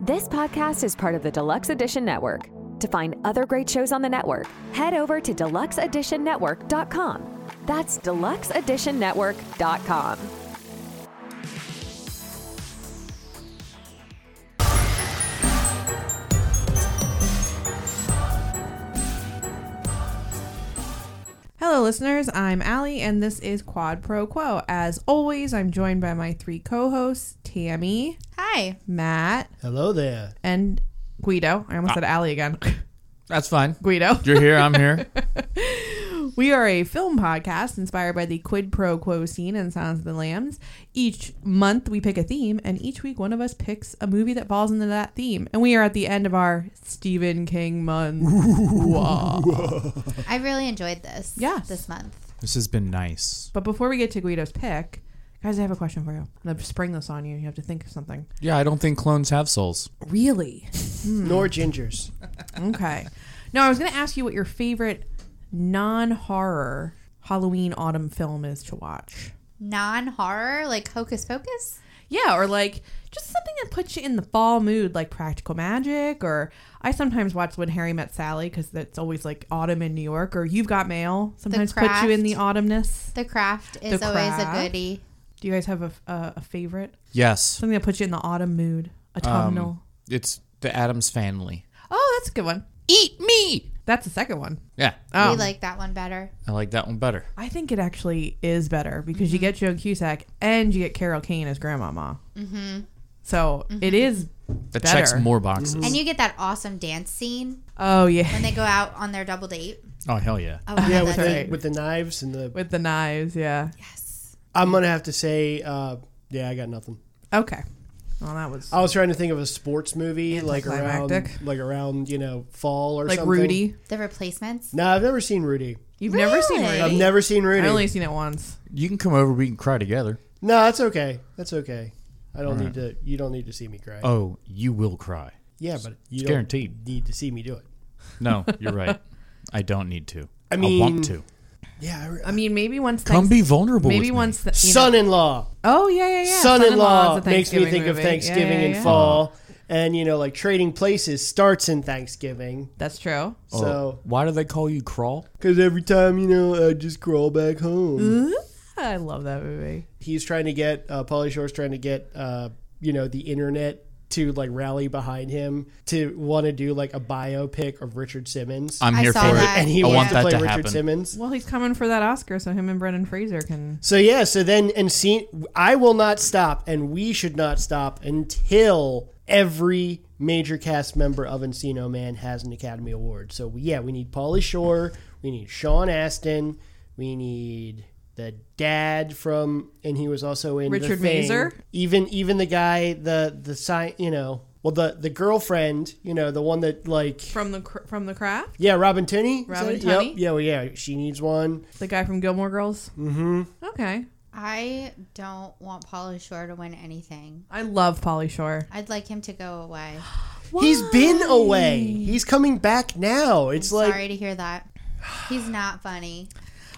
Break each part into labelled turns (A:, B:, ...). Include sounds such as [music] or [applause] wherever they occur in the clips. A: This podcast is part of the Deluxe Edition Network. To find other great shows on the network, head over to deluxeeditionnetwork.com. That's deluxeeditionnetwork.com.
B: Hello, listeners. I'm Allie, and this is Quad Pro Quo. As always, I'm joined by my three co hosts Tammy, [laughs]
C: Hi.
B: Matt,
D: Hello there.
B: and Guido. I almost said Allie again. [laughs]
D: That's fine.
B: Guido.
D: You're here. I'm here.
B: We are a film podcast inspired by the quid pro quo scene in Silence of the Lambs. Each month we pick a theme, and each week one of us picks a movie that falls into that theme. And we are at the end of our Stephen King month.
C: I really enjoyed this.
B: Yes.
C: This month.
E: [laughs] This has been nice.
B: but before we get to Guido's pick, guys, I have a question for you. I'm going to spring this on you. You have to think of something.
E: Yeah, I don't think clones have souls.
B: Really?
D: Nor gingers.
B: Okay. No, I was going to ask you what your favorite non horror Halloween autumn film is to watch.
C: Non horror, like Hocus Pocus?
B: Yeah, or like just something that puts you in the fall mood, like Practical Magic, or I sometimes watch When Harry Met Sally because that's always like autumn in New York, or You've Got Mail sometimes puts you in the autumnness.
C: The Craft is
B: The
C: always
B: Craft.
C: a goodie.
B: Do you guys have a, a, a favorite?
E: Yes.
B: Something that puts you in the autumn mood, autumnal.
E: It's the Adams family.
B: oh, that's a good one.
E: Eat me.
B: That's the second one.
E: Yeah.
B: Oh,
C: We like that one better.
E: I like that one better.
B: I think it actually is better because you get Joan Cusack and you get Carol Kane as Grandmama. Mm-hmm. So it is.
E: That
B: Better.
E: checks more boxes.
C: And you get that awesome dance scene
B: Oh
C: when
B: yeah, [laughs]
C: they go out on their double date.
B: Mm-hmm.
E: Oh hell yeah.
C: Oh, I
D: Yeah,
C: love
D: with
C: that
D: the,
B: right.
D: with the knives and the.
B: with the knives. Yeah.
D: I'm gonna have to say, uh, yeah, I got nothing.
B: Okay. Well, that was
D: I was trying to think of a sports movie like around,
B: Anticlimactic.
D: like around you know fall or
B: like
D: something.
B: Rudy.
C: The replacements.
D: No, I've never seen Rudy.
B: You've never seen
C: Really?
B: Rudy.
D: I've never seen Rudy.
B: I only seen it once.
E: You can come over. We can cry together.
D: No, that's okay. That's okay. I don't need to. You don't need to see me cry.
E: Oh, you will cry.
D: yeah, but you don't
E: guaranteed.
D: need to see me do it.
E: No, you're right. [laughs] I don't need to.
D: I
E: I want
D: mean,
E: to.
D: Yeah. I re-
B: I mean, maybe once.
E: Come
B: thanks-
E: be vulnerable.
B: Maybe
E: with me.
B: once. The, you know-
D: Son-in-law.
B: oh yeah, yeah, yeah.
D: son-in-law
B: is a
D: makes me
B: Thanksgiving
D: think of
B: movie. Yeah,
D: Thanksgiving
B: yeah,
D: and
B: yeah.
D: fall, and you know, like Trading Places starts in Thanksgiving.
B: That's true.
E: Oh,
D: So,
E: why do they call you crawl?
D: because every time you know, I just crawl back home.
B: I love that movie.
D: Mm-hmm. He's trying to get uh, Polly Shore's trying to get uh, you know the internet to like rally behind him to want to do like a biopic of Richard Simmons,
E: I'm
C: I
E: here for
C: saw that.
E: it.
D: and he
E: I
C: yeah.
E: want
D: wants to
E: that
D: play
E: to
D: Richard
E: happen.
D: Simmons.
B: Well, he's coming for that Oscar, so him and Brendan Fraser can.
D: So yeah, so then and see, I will not stop, and we should not stop until every major cast member of Encino Man has an Academy Award. So yeah, we need Pauly Shore, we need Sean Astin, we need the dad from, and he was also in The
B: Richard
D: Thing.
B: Mazer?
D: Even even the guy, the the sign, you know, well the the girlfriend, you know, the one that like.
B: From the cr- from the craft,
D: yeah, Robin Tunney. Is that
B: Robin
D: it?
B: Tunney?
D: Yep. Yeah, well, yeah, she needs one.
B: the guy from Gilmore Girls. Mm-hmm. Okay,
C: I don't want Paula Shore to win anything.
B: I love Polly Shore.
C: I'd like him to go away.
D: He's been away. He's coming back now. It's like
C: Sorry to hear that. He's not funny.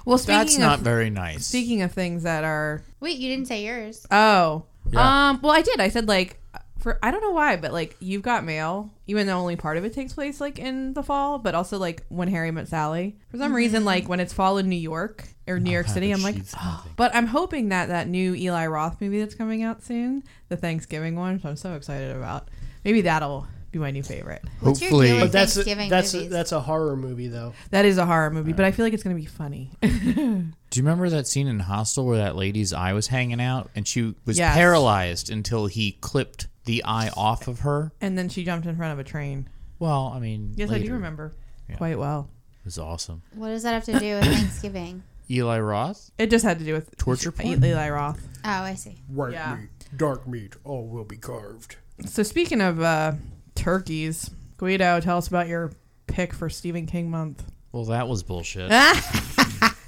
B: Well, speaking
E: That's
B: of
E: not very nice.
B: speaking of things that are
C: Wait, you didn't say yours.
B: oh
E: Yeah.
B: um well I did I said like for I don't know why but like you've got mail even though only part of it takes place like in the fall but also like when Harry met Sally for some reason like when it's fall in New York or New York City I'm like
E: achieved
B: [gasps]
E: nothing.
B: but I'm hoping that that new Eli Roth movie that's coming out soon the Thanksgiving one which I'm so excited about maybe that'll be my new favorite
C: What's your deal
E: Hopefully-
C: with
E: But
D: that's a,
C: Thanksgiving
D: that's a,
C: movies?
D: that's a horror movie though.
B: that is a horror movie but I feel like it's gonna be funny [laughs]
E: Do you remember that scene in Hostel where that lady's eye was hanging out and she was
B: Yes.
E: paralyzed until he clipped the eye off of her?
B: and then she jumped in front of a train
E: Well, I mean,
B: yes I do
E: later.
B: remember quite well
E: It was awesome.
C: what does that have
B: [laughs]
C: to do with Thanksgiving?
E: Eli Roth,
B: it just had to do with
E: torture porn.
B: Eli Roth
C: Oh, I see.
D: White
B: Yeah.
D: meat, dark meat, all will be carved.
B: So speaking of uh, turkeys, Guido, tell us about your pick for Stephen King month.
E: Well, that was bullshit.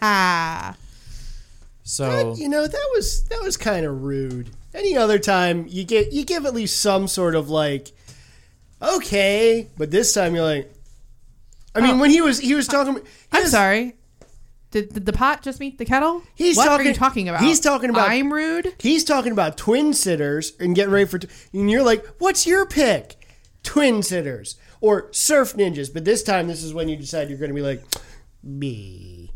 B: Ah,
E: So
D: You know that was that was kind of rude. Any other time you get you give at least some sort of like okay, but this time you're like. I mean, when he was he was talking. he
B: Oh. I'm
D: was-
B: sorry. Did, did the pot just meet the kettle?
D: He's
B: what
D: talking-
B: are you talking about?
D: he's talking about-
B: I'm rude.
D: He's talking about twin sitters and getting ready for, t- and you're like, "What's your pick?" twin sitters or surf ninjas. But this time, this is when you decide you're going to be like, me.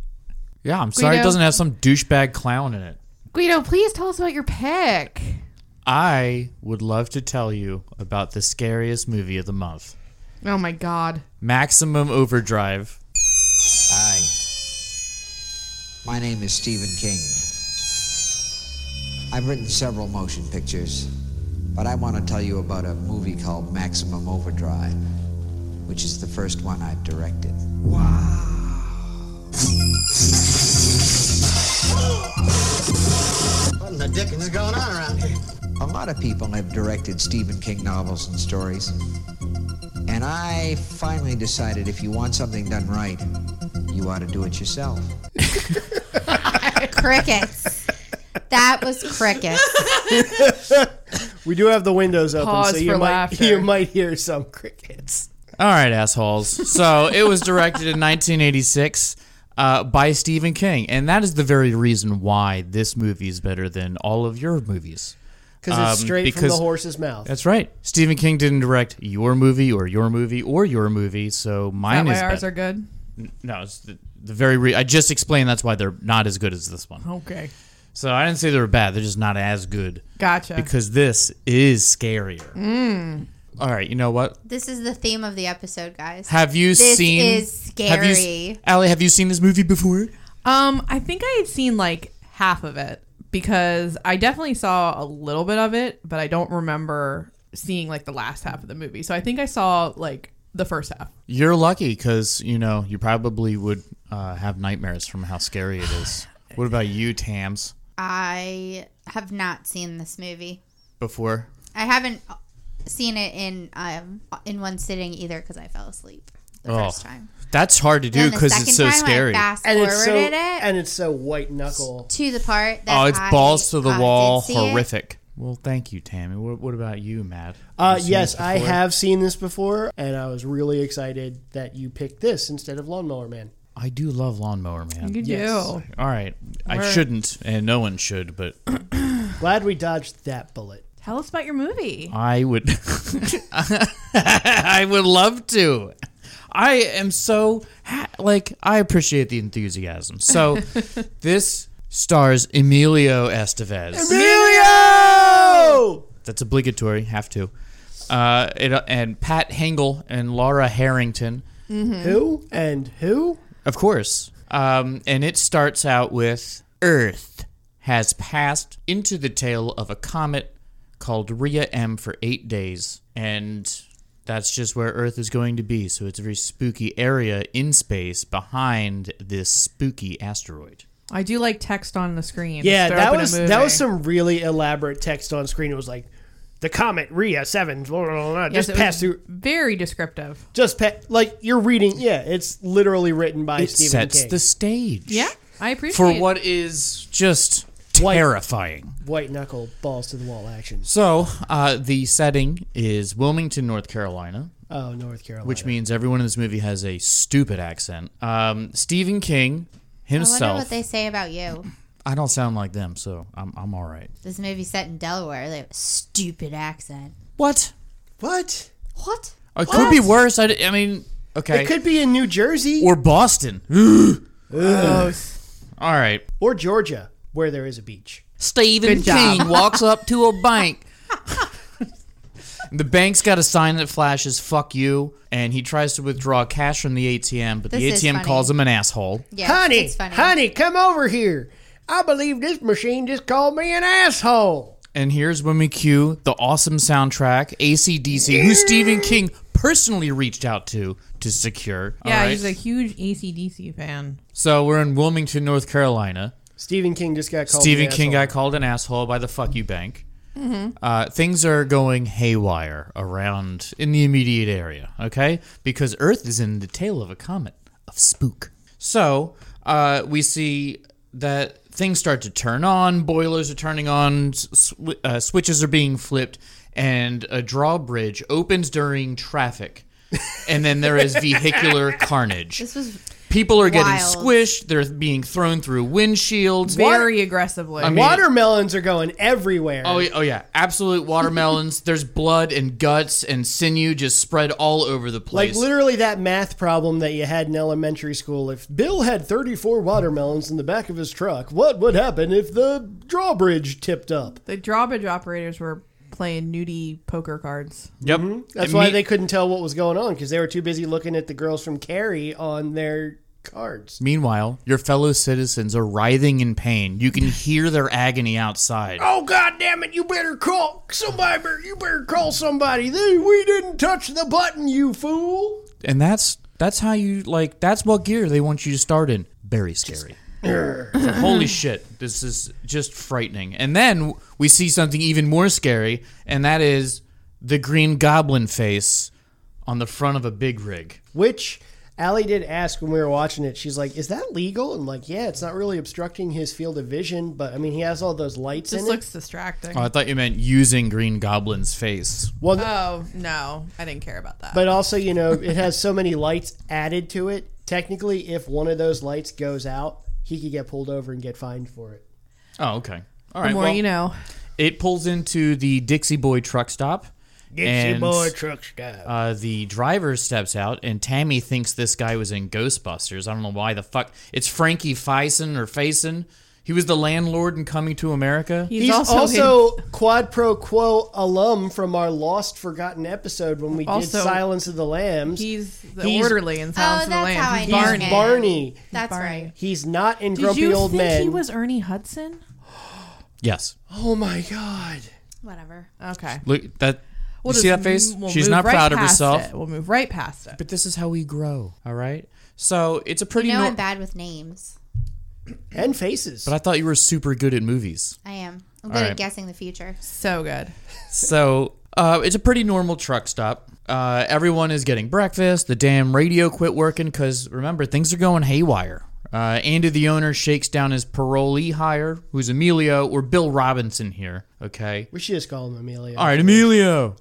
E: Yeah, I'm sorry it
B: Guido.
E: doesn't have some douchebag clown in it.
B: Guido, please tell us about your pick.
E: I would love to tell you about the scariest movie of the month.
B: Oh my god.
E: Maximum Overdrive.
F: Hi. My name is Stephen King. I've written several motion pictures, but I want to tell you about a movie called Maximum Overdrive, which is the first one I've directed.
G: What in the dickens is going on around here?
F: A lot of people have directed Stephen King novels and stories, and I finally decided if you want something done right, you ought to do it yourself.
B: [laughs]
C: crickets. That was crickets.
D: We do have the windows open,
B: Pause
D: so you
B: for
D: might [laughs]
B: laughter.
D: you might hear some crickets.
E: All right, assholes. So it was directed in 1986 uh, by Stephen King, and that is the very reason why this movie is better than all of your movies.
D: Because it's
E: Um,
D: straight from the
E: because-
D: horse's mouth.
E: That's right. Stephen King didn't direct your movie or your movie or your movie, so
B: That
E: mine
B: way
E: is
B: ours
E: better.
B: are good.
E: no. It's the, the very. Re- I just explained that's why they're not as good as this one.
C: Oh.
B: Okay.
E: So I didn't say they were bad. They're just not as good
B: Gotcha.
E: because this is scarier.
C: Mm.
E: All right. You know what?
C: This is the theme of the episode, guys.
E: Have you
C: This
E: seen?
C: is
E: Have you, s-
C: scary.
E: Allie, have you seen this movie before?
B: um, I think I had seen like half of it because I definitely saw a little bit of it, but I don't remember seeing like the last half of the movie. So I think I saw like the first half.
E: You're lucky because you know you probably would uh, have nightmares from how scary it
C: [sighs]
E: is. what about you, Tams?
C: I have not seen this movie.
E: Before
C: I haven't seen it in um, in one sitting either because I fell asleep the
E: Oh.
C: first time.
E: that's hard to do
C: Then the
E: because
C: second
E: it's so
C: time,
E: scary.
C: I fast
D: and
C: forwarded
D: it's so
C: it
D: and it's so white knuckle.
C: to the part that
E: Oh, it's
C: I,
E: balls to the
C: uh, did
E: wall,
C: see it.
E: horrific. Well, thank you, Tammy. What, what about you, Matt?
D: Uh,
E: You seen
D: yes,
E: this
D: I
E: before?
D: have seen this before, and I was really excited that you picked this instead of Lawnmower Man.
E: I do love Lawnmower Man.
B: You do.
E: All right. I shouldn't, and no one should, but
D: Glad we dodged that bullet.
B: Tell us about your movie.
E: I would. [laughs] I would love to. I am so ha- like I appreciate the enthusiasm. So
C: [laughs]
E: this stars Emilio Estevez.
B: Oh.
D: Emilio!
E: That's obligatory. Have to. Uh, it, and Pat Hengel and Laura Harrington.
D: Oh,
B: Hmm.
D: Who and who?
E: Of course. Um, and it starts out with Earth has passed into the tail of a comet called Rhea M for eight days. And that's just where Earth is going to be. So it's a very spooky area in space behind this spooky asteroid.
B: I do like text on the screen.
D: Yeah,
B: to
D: that
B: open a
D: was that
B: movie.
D: was some really elaborate text on screen. It was like the comet Rhea seven blah, blah, blah, blah,
B: Yes,
D: just
B: it was
D: pass through.
B: Very descriptive.
D: Just pa- like you're reading. Yeah, it's literally written by
E: It
D: Stephen
E: sets
D: King.
E: the stage.
B: Yeah, I appreciate
E: For
B: it.
E: what is just terrifying.
D: White knuckle balls to the wall action.
E: So uh, the setting is Wilmington, North Carolina.
D: Oh, North Carolina.
E: which means everyone in this movie has a stupid accent. Um, Stephen King
C: I wonder
E: himself.
C: what they say about you.
E: I don't sound like them, so I'm I'm all right.
C: This movie set in Delaware. They have a stupid accent.
E: What?
D: what?
C: What?
E: It could be worse. I, d- I mean, okay,
D: It could be in New Jersey or,
E: or Boston. all right.
D: Georgia, where there is a beach.
E: Stephen
B: Good job.
E: King walks up to a bank. [laughs] the bank's got a sign that flashes "fuck you," and he tries to withdraw cash from the ATM, but
C: This is
E: the ATM
C: funny.
E: calls him an asshole.
C: Yeah,
D: honey,
C: it's funny.
D: honey, come over here. I believe this machine just called me an asshole.
E: And here's when we cue the awesome soundtrack, ACDC, who Stephen King personally reached out to to secure. All
B: Yeah,
E: right.
B: he's a huge ACDC fan.
E: so we're in Wilmington, North Carolina.
D: Stephen King just got called.
E: Stephen
D: an
E: King
D: asshole.
E: got called an asshole by the fuck you bank.
C: Mm-hmm.
E: Uh, things are going haywire around in the immediate area, okay? Because Earth is in the tail of a comet of spook. So uh, we see that things start to turn on, boilers are turning on, sw- uh, switches are being flipped, and a
C: [laughs]
E: drawbridge opens during traffic. and then there is vehicular carnage.
C: This was
E: People are getting
C: Wild.
E: squished. They're being thrown through windshields.
B: Very aggressively.
E: I mean-
D: Watermelons are going everywhere.
E: Oh, yeah- oh yeah, absolute watermelons. There's blood and guts and sinew just spread all over the
D: Like
E: place.
D: literally that math problem that you had in elementary school. If Bill had 34 watermelons in the back of his truck, what would happen if the drawbridge tipped up?
B: the drawbridge operators were playing nudie poker cards.
E: yep.
D: mm-hmm. That's
E: And
D: why
E: me-
D: they couldn't tell what was going on because they were too busy looking at the girls from Carrie on their cards.
E: Meanwhile, your fellow citizens are writhing in pain. You can hear their agony outside.
D: Oh God damn it! You better call somebody. You better call somebody. They- We didn't touch the button, you fool.
E: And that's that's how you like that's what gear they want you to start in. Very scary. [laughs] Holy shit. This is just frightening. And then we see something even more scary, and that is the green goblin face on the front of a big rig.
D: Which Allie did ask when we were watching it. She's like, "Is that legal?" And like, yeah, it's not really obstructing his field of vision, but I mean, he has all those lights
B: This
D: in
B: looks distracting.
E: Oh, I thought you meant using Green Goblin's face.
D: it. Well,
B: Oh no, I didn't care about that.
D: but also, you know, it has so many lights added to it. Technically, if one of those lights goes out, he could get pulled over and get fined for it.
E: Oh, okay. All
B: the
E: right.
B: more
E: well,
B: you know.
E: It pulls into the Dixie Boy truck stop. and,
D: truck stop.
E: Uh, the driver steps out, and Tammy thinks this guy was in Ghostbusters. I don't know why the fuck. It's Frankie Fison or Faison. He was the landlord in Coming to America.
B: He's,
D: He's
B: also,
D: also,
B: in- [laughs]
D: quad pro quo alum from our lost forgotten episode when we
B: Also,
D: did Silence of the Lambs.
B: he's the
D: He's-
B: orderly in Silence of the
C: Oh, that's
B: Lambs.
C: how I
B: He's
C: knew
B: Barney.
D: He's Barney.
C: That's
B: Barney.
C: right.
D: He's not in
B: Did
D: Grumpy
B: you
D: Old
B: think
D: Men.
B: he was Ernie Hudson?
E: Yes.
D: oh my god.
C: Whatever.
B: Okay.
E: Look that.
B: We'll
E: you see that
B: just
E: face?
B: m- we'll
E: She's
B: move
E: not
B: right
E: proud of
B: past
E: herself.
B: it. We'll move right past it.
E: But this is how we grow. All right. So it's a pretty.
C: You know
E: nor-
C: I'm bad with names.
D: And faces.
E: but I thought you were super good at movies.
C: I am. I'm good
E: right.
C: at guessing the future.
B: So good.
E: So uh, it's a pretty normal truck stop. Uh, everyone is getting breakfast. The damn radio quit working because remember things are going haywire. Uh, Andy, the owner, shakes down his parolee hire, who's Emilio or Bill Robinson here. Okay.
D: we should just call him Emilio.
E: All right, Emilio.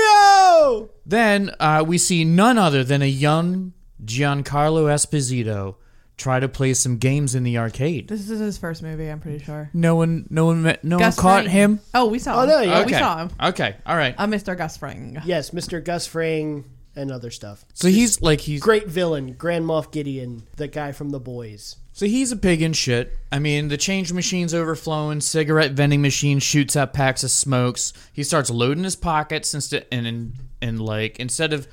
D: Emilio!
E: Then uh, we see none other than a young Giancarlo Esposito try to play some games in the arcade.
B: This is his first movie, I'm pretty sure.
E: No one, no one, met, no
B: Gus
E: one caught
B: Fring.
E: him.
B: Oh, we saw
D: Oh,
B: him.
D: no, yeah.
B: We
E: Okay.
B: saw him.
E: Okay. All right.
B: I missed our Gus Fring.
D: Yes, Mr. Gus Fring and other stuff.
E: So he's like he's
D: Great villain, Grand Moff Gideon, the guy from The Boys.
E: So he's a pig in shit. I mean, the change machine's overflowing. Cigarette vending machine shoots out packs of smokes. He starts loading his pockets instead and, and and like instead of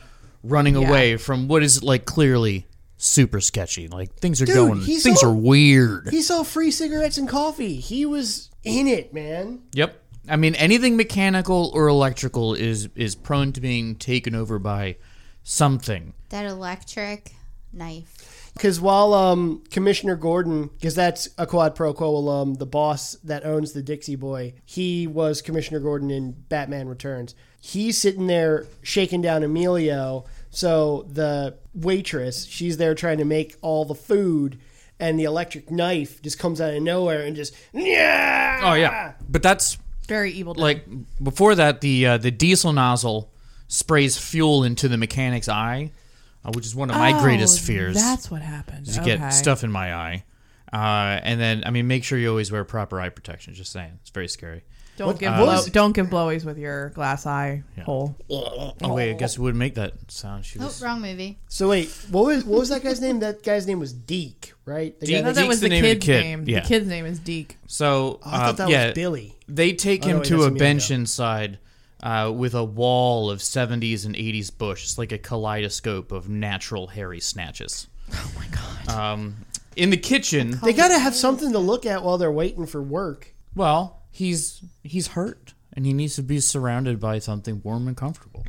E: running away from what is like clearly super sketchy. Like things are
D: Dude,
E: going,
D: he's
E: things
D: all-
E: are weird.
D: He sold free cigarettes and coffee. He was in it, man.
E: Yep. I mean, anything mechanical or electrical is is prone to being taken over by something.
C: That electric knife.
D: Because while um, Commissioner Gordon, because that's a quad pro quo alum, the boss that owns the Dixie Boy, he was Commissioner Gordon in Batman Returns. He's sitting there shaking down Emilio. So the waitress, she's there trying to make all the food, and the electric knife just comes out of nowhere and just yeah.
E: Oh yeah. But that's
B: Very evil. Dead.
E: like before that the uh, the diesel nozzle sprays fuel into the mechanic's eye uh, which is one of my greatest
B: Oh,
E: fears
B: That's what happened.
E: to
B: okay.
E: get stuff in my eye uh, and then i mean make sure you always wear proper eye protection just saying it's very scary
B: Don't give
E: uh,
B: blow,
E: was-
B: don't give blowies with your glass eye hole.
E: oh wait i guess it would make that sound she
C: Oh,
E: was
C: wrong movie.
D: So wait, what was what was that guy's name? That guy's name was Deke, right? The guy
E: Deke?
B: No,
D: that-
B: that
E: Deke's
B: was
E: the
B: the,
E: name of the
B: kid's
E: kid.
B: name.
E: Yeah.
B: The kid's name is Deke.
E: so
D: Oh, I
E: uh,
D: thought that
E: yeah
D: was Billy.
E: they take
D: no,
E: him
D: wait,
E: to
D: that's
E: a
D: Emilio.
E: bench inside uh, with a wall of 70s and 80s bush it's like a kaleidoscope of natural hairy snatches
B: [laughs] Oh my god.
E: um, in the kitchen
D: They gotta have something to look at while they're waiting for work.
E: Well, he's he's hurt and he needs to be surrounded by something warm and comfortable.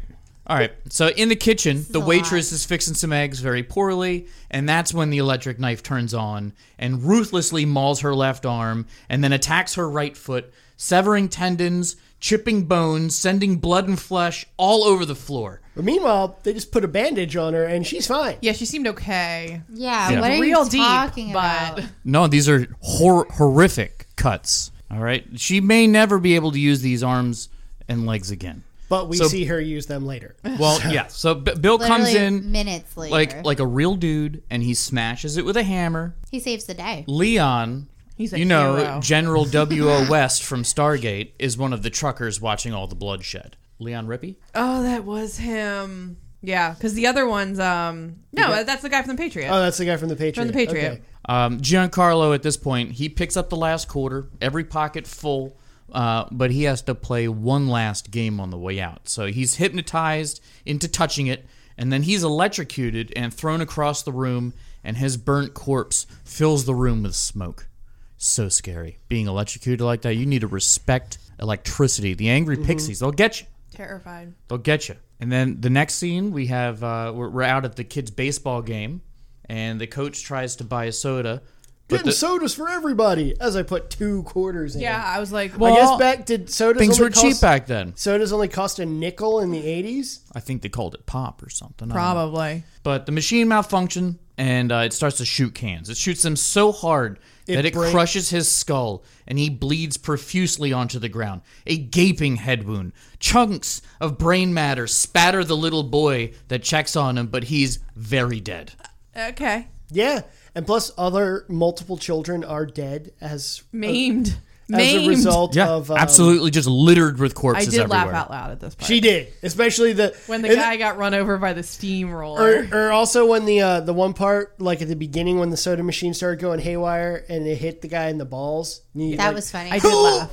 E: All right. So in the kitchen, the
C: a
E: waitress is fixing some eggs very poorly, and that's when the electric knife turns on and ruthlessly mauls her left arm and then attacks her right foot, severing tendons, chipping bones, sending blood and flesh all over the floor.
D: But meanwhile, they just put a bandage on her and she's fine.
B: yeah, she seemed okay.
C: Yeah,
E: Yeah.
C: what are
B: Real
C: you
B: deep,
C: talking
B: but-
C: about?
E: No, these are hor- horrific cuts. All right. She may never be able to use these arms and legs again.
D: But we
E: So-
D: see her use
B: [laughs]
D: them later.
E: Well, yeah. So B- Bill comes
C: Literally
E: in
C: minutes later.
E: like like a real dude, and he smashes it with a hammer.
C: he saves the day.
E: Leon,
B: He's a
E: you know,
B: hero. [laughs]
E: General W. O. West from Stargate is one of the truckers watching all the bloodshed. Leon Rippey.
B: Oh, that was him. Yeah, because the other one's um no, that's the guy from the Patriot.
D: Oh, that's the guy from the
B: from
D: Patriot.
B: the Patriot.
D: Okay.
E: Um, Giancarlo at this point, he picks up the last quarter, every pocket full, uh, but he has to play one last game on the way out. So he's hypnotized into touching it, and then he's electrocuted and thrown across the room, and his burnt corpse fills the room with smoke. So scary. Being electrocuted like that, you need to respect electricity. The angry pixies, they'll get you.
B: Terrified.
E: They'll get you. And then the next scene, we have uh, we're, we're out at the kids' baseball game, and the coach tries to buy a soda.
D: Getting
E: the-
D: sodas for everybody as I put two quarters in.
B: Yeah, I was like,
E: Well,
D: I guess back did sodas
E: Things
D: only
E: were
D: cost,
E: cheap back then.
D: Sodas only cost a nickel in the eighties.
E: I think they called it pop or something. I don't know.
B: probably.
E: But the machine malfunctioned, and uh, it starts to shoot cans. It shoots him so hard that it
D: break-
E: crushes his skull, and he bleeds profusely onto the ground. A gaping head wound. Chunks of brain matter spatter the little boy that checks on him, but he's very dead.
B: Okay,
D: Yeah, and plus other multiple children are dead as
B: maimed.
D: as
B: maimed.
D: a result of um,
E: absolutely just littered with
B: I
E: corpses
B: did
E: everywhere.
B: laugh out loud at this part.
D: She did, especially the
B: when the
D: and-
B: guy got run over by the steamroller.
D: Or, or also when the uh, the one part like at the beginning when the soda machine started going haywire and it hit the guy in the balls. and he,
C: That
D: like-
C: was funny.
B: I did laugh.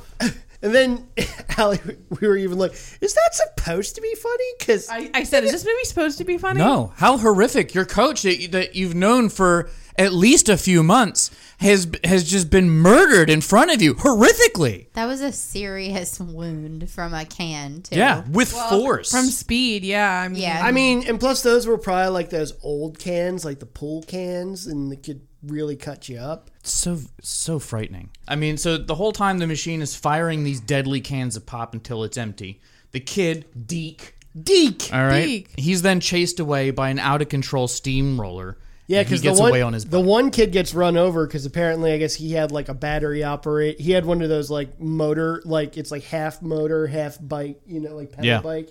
D: And then [laughs] Allie, we were even like, "Is that supposed to be funny?" Because
B: I, I said, "Is this movie supposed to be funny?"
E: No, how horrific! Your coach that, you- that you've known for at least a few months has has just been murdered in front of you, horrifically.
C: That was a serious [laughs] wound from a can too.
E: Yeah, with force.
B: From Speed, yeah. I mean,
C: Yeah.
D: I mean, and plus those were probably like those old cans, like the pool cans, and they could really cut you up.
E: so so frightening. I mean, so the whole time the machine is firing these deadly cans of pop until it's empty. The kid Deke,
D: Deke.
E: all right,
B: Deke.
E: he's then chased away by an out of control steamroller.
D: Yeah,
E: and he
D: because the
E: gets
D: one
E: away on his
D: the one kid gets run over because apparently I guess he had like a battery operate. He had one of those like motor, like it's like half motor, half bike, you know, like pedal
E: Yeah.
D: bike,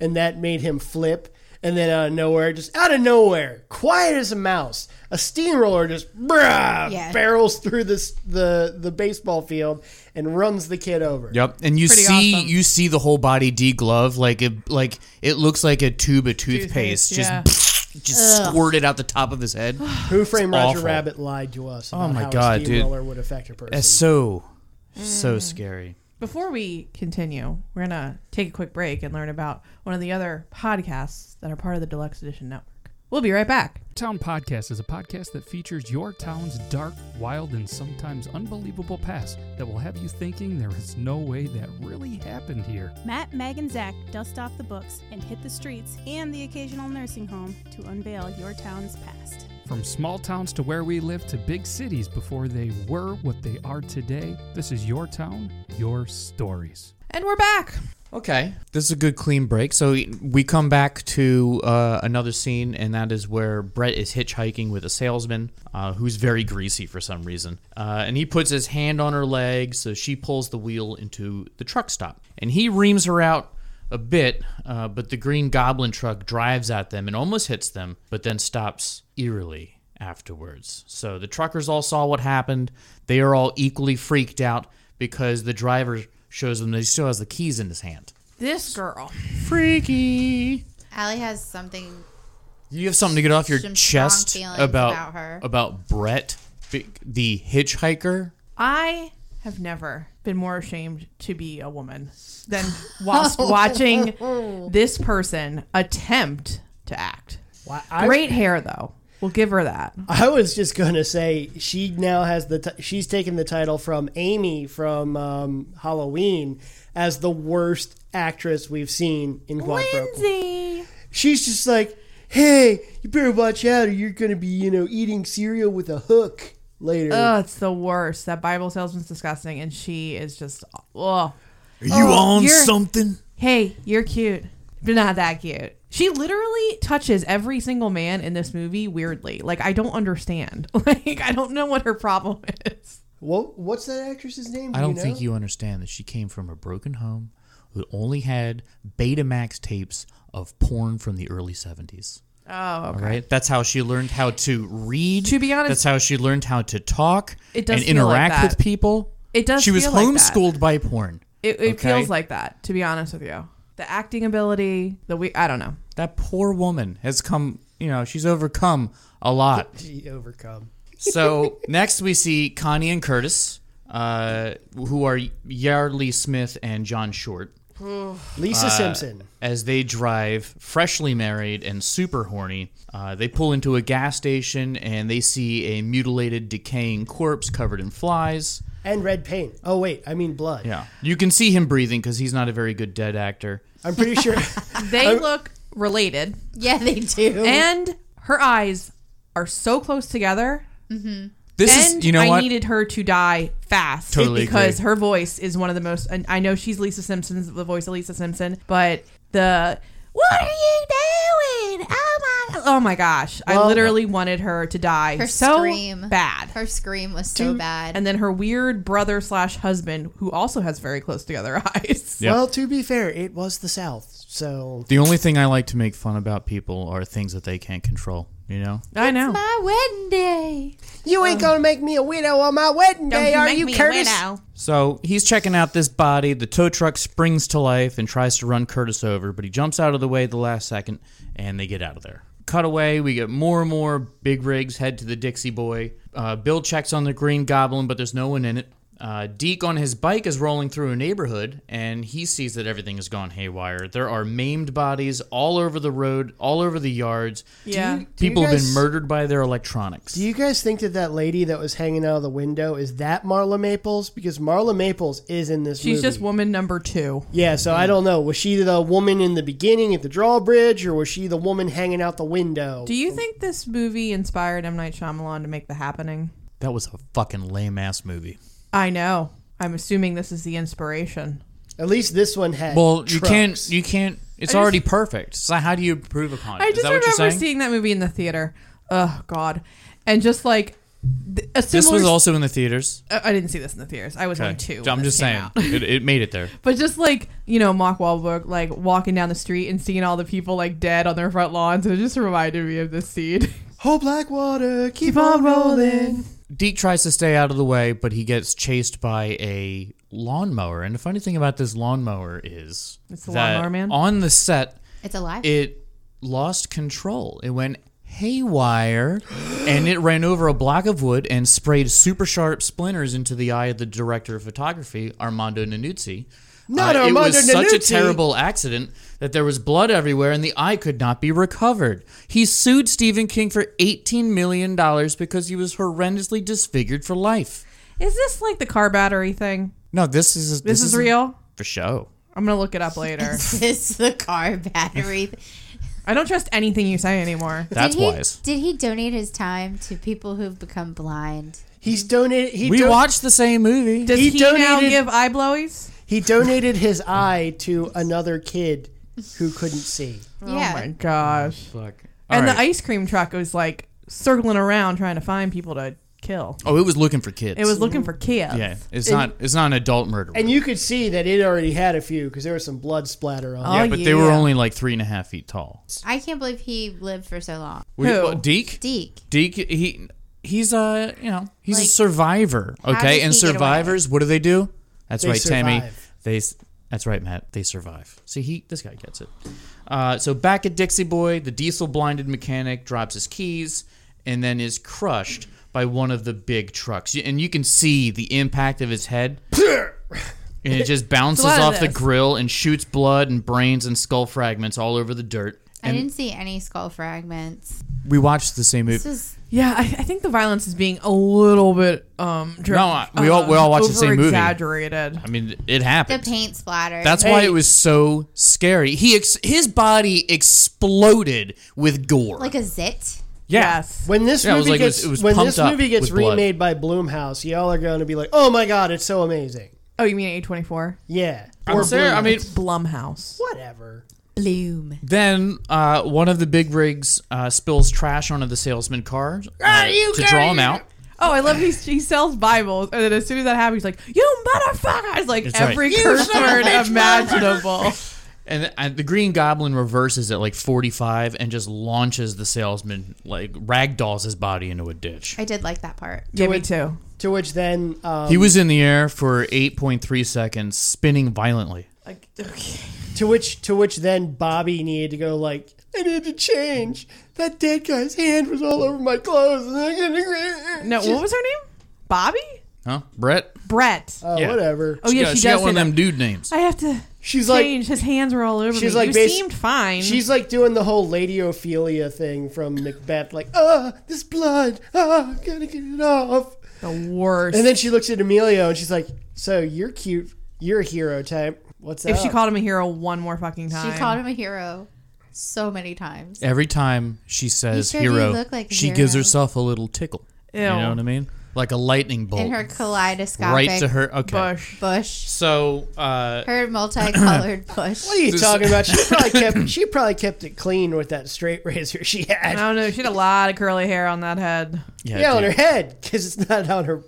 D: and that made him flip. And then out of nowhere, just out of nowhere, quiet as a mouse, a steamroller just brah,
C: Yeah.
D: barrels through this the the baseball field and runs the kid over.
E: Yep, and you
B: Pretty
E: see
B: awesome.
E: you see the whole body deglove like it like it looks like a tube of toothpaste,
B: Toothpaste, yeah.
E: just [laughs] just squirted out the top of
B: [sighs]
E: his head. [sighs]
D: Who framed Roger
E: awful. Oh
D: Rabbit lied to us. About
E: my
D: how
E: God,
D: a
E: dude.
D: steamroller would affect a person.
E: That's so so
B: Mm.
E: scary.
B: Before we continue, we're gonna take a quick break and learn about one of the other podcasts that are part of the Deluxe Edition Network. We'll be right back.
H: Town Podcast is a podcast that features your town's dark, wild, and sometimes unbelievable past that will have you thinking there is no way that really happened here.
I: Matt, Meg, and Zach dust off the books and hit the streets and the occasional nursing home to unveil your town's past.
H: From small towns to where we live to big cities before they were what they are today, this is your town, your stories.
B: And we're back.
E: Okay, this is a good clean break. So we come back to uh, another scene, and that is where Brett is hitchhiking with a salesman uh, who's very greasy for some reason, uh, and he puts his hand on her leg, so she pulls the wheel into the truck stop, and he reams her out a bit, uh, but the Green Goblin truck drives at them and almost hits them, but then stops eerily afterwards. So the truckers all saw what happened. They are all equally freaked out because the driver shows them that he still has the keys in his hand.
B: This girl.
E: Freaky.
C: Allie has something
E: You have something to get off your
C: Some strong
E: chest
C: feelings
E: about
C: about her.
E: about Brett, be- the hitchhiker.
B: I have never been more ashamed to be a woman than whilst watching this person attempt to act.
D: Why- I-
B: Great hair, though. We'll give her that.
D: I was just gonna say she now has the t- she's taken the title from Amy from um, Halloween as the worst actress we've seen in Quadro.
B: Lindsay.
D: She's just like, hey, you better watch out, or you're gonna be you know eating cereal with a hook later.
B: Oh, it's the worst. That Bible salesman's disgusting, and she is just, oh.
E: Are you on
B: you're-
E: something?
B: Hey, you're cute, but not that cute. She literally touches every single man in this movie weirdly. Like, I don't understand. [laughs] Like, I don't know what her problem is.
D: What what's that actress's name? Do
E: I don't think
D: know?
E: you understand that she came from a broken home who only had Betamax tapes of porn from the early 70s.
B: Oh,
E: All right. That's how she learned how to read.
B: To be honest-
E: that's how she learned how to talk
B: It does
E: and
B: feel like
E: interact
B: that.
E: with people.
B: It does
E: She was
B: feel like that.
E: homeschooled by porn.
B: It, it
E: Okay.
B: feels like that, to be honest with you. The acting ability, the we I don't know.
E: That poor woman has come, you know, she's overcome a lot.
D: She overcome.
B: [laughs]
E: So next we see Connie and Curtis, uh, who are Yardley Smith and John Short, Uh,
D: Lisa Simpson.
E: as they drive, freshly married and super horny. Uh, they pull into a gas station and they see a mutilated, decaying corpse covered in flies.
D: And red paint. Oh wait, I mean blood.
E: Yeah, you can see him breathing because he's not a very good dead actor.
D: I'm pretty sure
B: They look related,
C: Yeah, they do.
B: and her eyes are so close together.
E: This
B: And
E: is, you know
B: I
E: what?
B: needed her to die fast
E: Totally
B: because
E: agree.
B: her voice is one of the most. And I know she's Lisa Simpson's the voice of Lisa Simpson, but the what are you doing? Oh my! Oh my gosh! I literally wanted her to die
C: Her
B: so
C: scream.
B: bad.
C: Her scream was so bad.
B: and then her weird brother slash husband, who also has very close together [laughs] eyes.
E: [laughs] Yeah.
D: Well, to be fair, it was the South. So
E: the only thing I like to make fun about people are things that they can't control. You know,
B: I know.
C: my wedding day.
D: you
B: Um,
D: ain't gonna make me a widow on my wedding day, are you, Curtis?
E: So he's checking out this body. The tow truck springs to life and tries to run Curtis over, but he jumps out of the way at the last second and they get out of there. Cut away, we get more and more big rigs head to the Dixie Boy. Uh, Bill checks on the Green Goblin, but there's no one in it. Uh, Deke on his bike is rolling through a neighborhood and he sees that everything has gone haywire. There are maimed bodies all over the road, all over the yards.
B: Yeah.
D: Do you
E: People have been
D: guys-
E: murdered by their electronics.
D: Do you guys think that that lady that was hanging out of the window is that Marla Maples? Because Marla Maples is in this
B: She's
D: movie.
B: just woman number two.
D: Yeah, so I don't know. Was she the woman in the beginning at the drawbridge, or was she the woman hanging out the window?
B: Do you think this movie inspired M. Night Shyamalan to make The Happening?
E: that was a fucking lame ass movie.
B: I know. I'm assuming this is the inspiration.
D: At least this one had.
E: Well, you
D: trucks.
E: can't. You can't. It's already perfect. So how do you improve upon it?
B: I
E: Is
B: just
E: that what you're
B: remember
E: saying?
B: seeing that movie in the theater. Oh God! And just like th- a
E: this
B: similar.
E: was also in the theaters.
B: I I didn't see this in the theaters. I was
E: Okay.
B: only two.
E: So
B: when
E: I'm
B: this
E: just
B: came
E: saying
B: out.
E: it, it made it there.
B: But just like you know, Mark Wahlberg like walking down the street and seeing all the people like dead on their front lawns, and it just reminded me of this scene.
D: Oh, Blackwater, keep, on rolling.
E: Deke tries to stay out of the way, but he gets chased by a lawnmower. And the funny thing about this lawnmower is
B: It's the
E: that
B: lawnmower man?
E: on the set.
C: It's alive. [laughs]
E: It lost control. It went haywire, and it ran over a block of wood and sprayed super sharp splinters into the eye of the director of photography, Armando Nanuzzi. Uh,
D: Not
E: It
D: Armando
E: was such a
D: Nanuzzi.
E: terrible accident that there was blood everywhere, and the eye could not be recovered. He sued Stephen King for eighteen million dollars because he was horrendously disfigured for life.
B: Is this like the car battery thing?
E: No, this is
B: This, is real.
E: for show.
B: I'm gonna look it up [laughs] later.
C: This is the car battery.
B: I don't trust anything you say anymore.
E: That's
C: did he,
E: wise.
C: Did he donate his time to people who've become blind?
D: He's donated. He
E: We
D: don-
E: watched the same movie.
B: Does
D: He
B: he, now
D: donated-
B: give eye blowies?
D: He donated his eye to another kid who couldn't see.
C: yeah.
B: Oh my gosh!
E: Oh, All
B: and
E: right.
B: the ice cream truck was like circling around trying to find people to kill.
E: oh, it was looking for kids.
B: It was looking for kids.
E: Yeah, it's not. It's not an adult murderer.
D: And you could see that it already had a few because there was some blood splatter on.
E: yeah,
B: Oh,
E: but they were
B: yeah.
E: only like three and a half feet tall.
C: I can't believe he lived for so long.
E: We,
B: Who?
E: well, Deke?
C: Deke.
E: Deke. He. He's a you know he's a
C: Like,
E: survivor. Okay,
C: did
E: and
C: he get away?
E: survivors. What do they do? That's
D: They
E: right, Tammy.
D: survive.
E: They. s- That's right, Matt. They survive. See, he. This guy gets it. Uh, so back at Dixie Boy, the diesel blinded mechanic drops his keys and then is crushed by one of the big trucks. And you can see the impact of his head.
B: [laughs]
E: and it just bounces
B: lot of
E: off the
B: this.
E: grill and shoots blood and brains and skull fragments all over the dirt.
C: I
E: And
C: didn't see any skull fragments.
E: we watched the same
C: This
E: movie.
C: was
B: Yeah, I, I think the violence is being a little bit um. Dr-
E: No, I- we all- we all watched the same movie.
B: Exaggerated.
E: I mean, it
C: the
E: happened.
C: paint splatter.
E: That's why
D: Hey.
E: it was so scary. He ex- his body exploded with gore.
C: like a zit.
E: yeah.
B: Yes.
D: When this
E: Yeah, it was
D: movie
E: like it was-
D: gets
E: it was
D: when
E: pumped
D: this
E: up
D: movie gets
E: with blood.
D: remade by Bloomhouse, y'all are going to be like, "Oh my god, it's so amazing!"
B: Oh, you mean A twenty four?
D: Yeah,
E: I'm serious. I mean,
B: Blumhouse.
D: whatever.
C: Bloom.
E: then uh, one of the big rigs uh, spills trash onto the salesman car uh, to draw him out.
B: Oh, I love he, he sells Bibles, and then as soon as that happens, he's like, "You motherfucker!" It's like
E: It's right.
B: every curse word imaginable.
E: [laughs] And uh, the Green Goblin reverses at like 45 and just launches the salesman, like ragdolls his body into a ditch.
C: I did like that part.
B: yeah, me too.
D: To which then um,
E: He was in the air for 8.3 seconds, spinning violently.
B: Like, okay.
D: to which to which then Bobby needed to go like I need to change. That dead guy's hand was all over my
E: [laughs]
D: clothes. And I couldn't- [laughs]
B: No,
D: Just-
B: what was her name? Bobby?
E: Huh? Brett?
B: Brett.
D: Oh,
E: Yeah.
D: whatever.
B: oh yeah, she,
E: got
B: does
E: one of
B: say
E: them
B: that.
E: dude names.
B: I have to
D: She's like-
B: change. His hands were all over
D: She's
B: me. you
D: like basi-
B: seemed fine.
D: She's like doing the whole ladiophilia thing from Macbeth, like, ah, this blood, ah, gotta get it off.
B: the worst.
D: And then she looks at Emilio and she's like, so you're cute, you're a hero type. What's
B: if
D: up?
B: she called him a hero one more fucking time,
C: She called him a hero so many times.
E: Every time she says
C: sure do
E: hero,
C: look like a
E: she gives
C: hero.
E: herself a little tickle.
B: Ew.
E: You know what I mean? Like a lightning bolt.
C: In her kaleidoscopic
E: right to her. Okay.
B: Bush.
C: bush,
E: So, uh, [clears throat]
C: her multicolored bush.
D: what are you talking about? She probably kept she probably kept it clean with that straight razor she
B: I
D: had.
B: don't know. She had a lot of curly hair on that head.
E: yeah,
D: yeah, on
E: dude.
D: her head because it's not on her.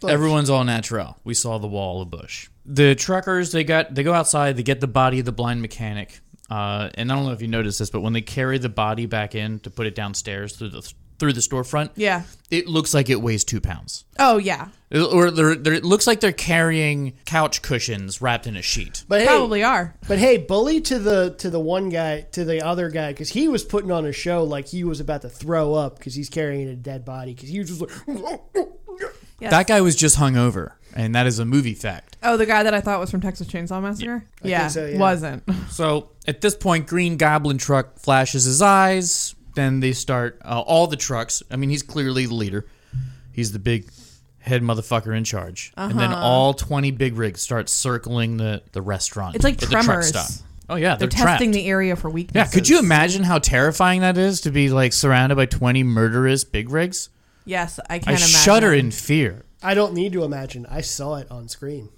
D: bush.
E: Everyone's all natural. We saw the wall of bush. The truckers they got they go outside. They get the body of the blind mechanic. Uh, and I don't know if you noticed this, but when they carry the body back in to put it downstairs through the through the storefront,
B: Yeah.
E: it looks like it weighs two pounds.
B: Oh yeah.
E: It- Or they're, they're, it looks like they're carrying couch cushions wrapped in a sheet.
D: but hey,
B: Probably are.
D: But hey, bully to the to the one guy to the other guy because he was putting on a show like he was about to throw up because he's carrying a dead body because he was just like.
B: Yes.
E: That guy was just hungover, and that is a movie fact.
B: Oh, the guy that I thought was from Texas Chainsaw Massacre. Yeah,
D: so, yeah.
B: wasn't.
E: So at this point, Green Goblin truck flashes his eyes. Then they start uh, all the trucks. I mean, he's clearly the leader. He's the big head motherfucker in charge. And then
B: Uh-huh.
E: all twenty big rigs start circling the the restaurant.
B: It's like
E: at the truck
B: Tremors.
E: stop. Oh yeah,
B: They're
E: they're,
B: testing
E: trapped.
B: the area for
E: yeah,
B: weaknesses.
E: could you imagine how terrifying that is to be like surrounded by twenty murderous big rigs?
B: Yes, I
E: I
B: can imagine.
E: shudder in fear.
D: I don't need to imagine. I saw it on screen.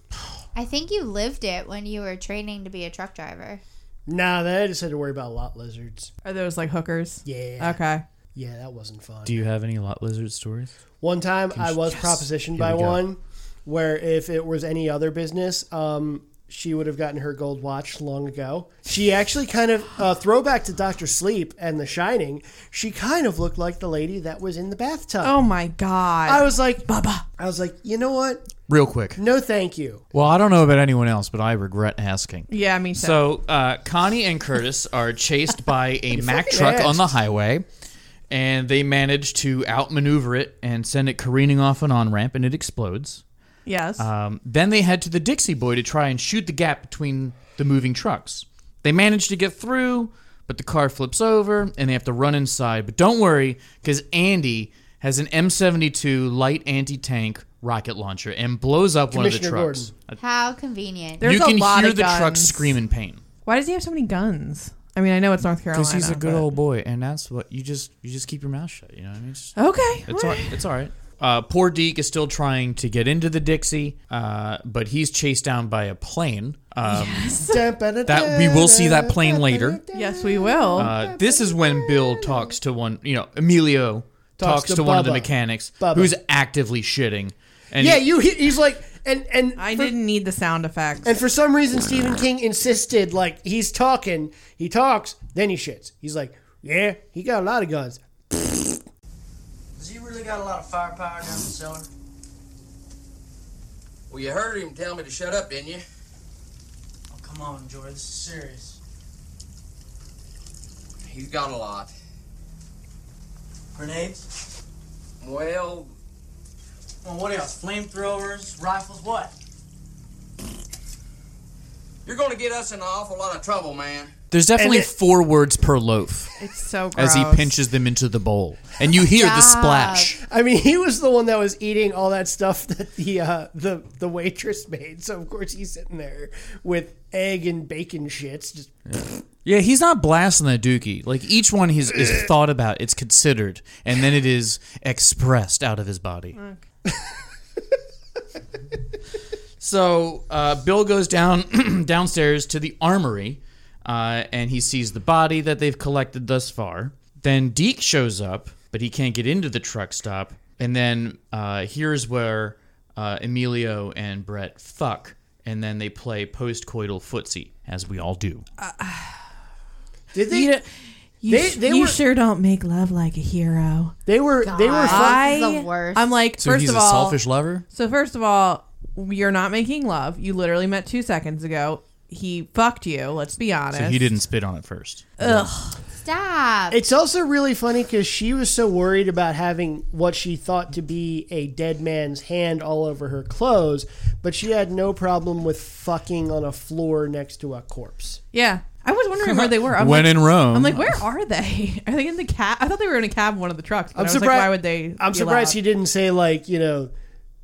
C: I think you lived it when you were training to be a truck driver.
D: Nah, then I just had to worry about lot lizards.
B: Are those like hookers?
D: Yeah.
B: Okay.
D: Yeah, that wasn't fun.
E: Do you have any lot lizard stories?
D: One time I was propositioned by
E: we go.
D: one where if it was any other business, um, she would have gotten her gold watch long ago. She actually kind of, uh, throwback to Dr. Sleep and The Shining, she kind of looked like the lady that was in the bathtub.
B: Oh my god.
D: I was like,
B: Bubba.
D: I was like, you know what?
E: Real quick.
D: No, thank
E: [laughs]
D: you.
E: Well, I don't know about anyone else, but I regret asking.
B: Yeah, me too.
E: So uh, Connie and Curtis
B: [laughs]
E: are chased by a Mack truck
D: asked.
E: on the highway, and they manage to outmaneuver it and send it careening off an on ramp, and it explodes.
B: yes.
E: Um, then they head to the Dixie Boy to try and shoot the gap between the moving trucks. They manage to get through, but the car flips over, and they have to run inside. But don't worry, because Andy has an M72 light anti tank rocket launcher and blows up one of the
D: Commissioner
E: trucks.
C: How convenient.
B: There's
E: you
B: a
E: can
B: lot
E: hear
B: of
E: the truck
B: guns.
E: scream in pain.
B: Why does he have so many guns? I mean, I know it's North Carolina.
E: Because he's a good
B: but-
E: old boy, and that's what you just you just keep your mouth shut. You know what I mean? It's,
B: Okay.
E: it's
B: all
E: all
B: right.
E: right. It's all right. Uh, poor Deke is still trying to get into the Dixie, uh, but he's chased down by a plane. Um, That
D: That
E: we will see that plane later.
B: Yes, we will.
E: Uh, this is when Bill talks to one. You know, Emilio talks,
D: Talks
E: to,
D: to
E: one of the
D: Bubba.
E: mechanics
D: Bubba.
E: who's actively shitting. And
D: Yeah, you. he- He's like, and and
B: I
D: for-
B: didn't need the sound effects.
D: And for some reason, Stephen King insisted like he's talking, he talks, then he shits. He's like, yeah, he got a lot of guns.
G: Has he really got a lot of firepower down the cellar? Well, you heard him tell me to shut up, didn't you? Oh, come on, Joy. This is serious. He's got a lot. Grenades? Well. Well, what else? Flamethrowers, rifles, what? You're going to get us in an awful lot of trouble, man.
E: there's definitely
D: and it-
E: four words per loaf
B: it's so gross.
E: as he pinches them into the bowl, and you hear the splash.
D: I mean, [laughs] he was the one that was eating all that stuff [laughs] that the uh, the the waitress made. So of course he's sitting there with egg and bacon shits. Just
E: Yeah, he's not blasting the dookie. Like each one he's, is thought about, it's considered, and then it is expressed out of his body. so uh, Bill goes down [clears throat] downstairs to the armory, uh, and he sees the body that they've collected thus far. Then Deke shows up, but he can't get into the truck stop. And then uh, here's where uh, Emilio and Brett fuck, and then they play postcoital footsie, as we all do.
D: Did they?
B: You, don't- you,
D: They-
B: sh-
D: they
B: you
D: were-
B: sure don't make love like a hero.
D: they were. They
C: God.
D: were. Fuck,
C: This is the worst.
B: I'm like,
E: So
B: first
E: he's
B: of
E: a
B: all,
E: selfish lover.
B: So first of all, you're not making love. You literally met two seconds ago. He fucked you. Let's be honest.
E: So he didn't spit on it first.
C: Stop.
D: it's also really funny because she was so worried about having what she thought to be a dead man's hand all over her clothes, but she had no problem with fucking on a floor next to a corpse.
B: Yeah, I was wondering where they were. [laughs] I'm
E: when
B: like,
E: in Rome,
B: I'm like, where are they? [laughs] Are they in the cab? I thought they were in a cab in one of the trucks. But I
D: I'm
B: was
D: surprised.
B: Like, why would they?
D: I'm
B: be
D: surprised
B: allowed?
D: he didn't say like you know,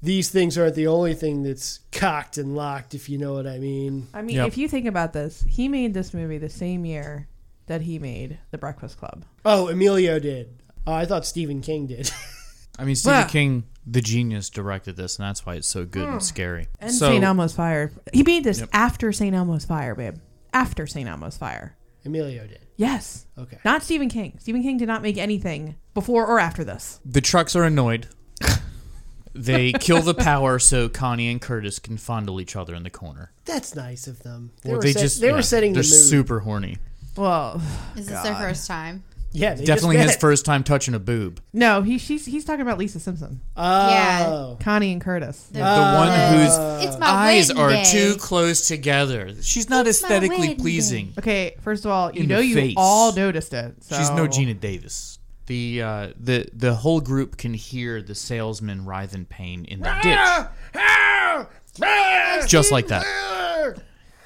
D: these things aren't the only thing that's cocked and locked. If you know what I mean.
B: I mean,
E: Yep.
B: if you think about this, he made this movie the same year that he made The Breakfast Club.
D: Oh, Emilio did. Oh, I thought Stephen King did. [laughs]
E: I mean, Stephen
B: Well-
E: King, the genius, directed this, and that's why it's so good
D: Hmm.
E: and scary.
B: And
E: so,
B: St. Elmo's Fire. He made this
E: Yep.
B: after St. Elmo's Fire, babe. After St. Elmo's Fire.
D: Emilio did.
B: Yes.
D: Okay.
B: Not Stephen King. Stephen King did not make anything before or after this.
E: the trucks are annoyed. [laughs] they kill the power so Connie and Curtis can fondle each other in the corner.
D: That's nice of them. They
E: Well,
D: were
E: they
D: set-
E: just
D: they
E: you know,
D: were setting the
E: They're
D: mood.
E: super horny.
B: Well, [sighs]
C: Is this their first time?
D: yeah, they
E: Definitely
D: just
E: his
D: met.
E: first time touching a boob.
B: no, he she's he's talking about Lisa Simpson,
D: Oh.
C: Yeah.
B: Connie and Curtis.
E: The one whose
C: it's my
E: Uh, eyes
C: wedding
E: are
C: day.
E: too close together. She's not
C: It's my
E: aesthetically
C: wedding
E: pleasing.
B: Okay, first of all, you
E: In
B: know
E: the
B: you
E: face.
B: all noticed it. So.
E: She's no Gina Davis. The uh, the the whole group can hear the salesman writhe in pain in the ditch, just like that.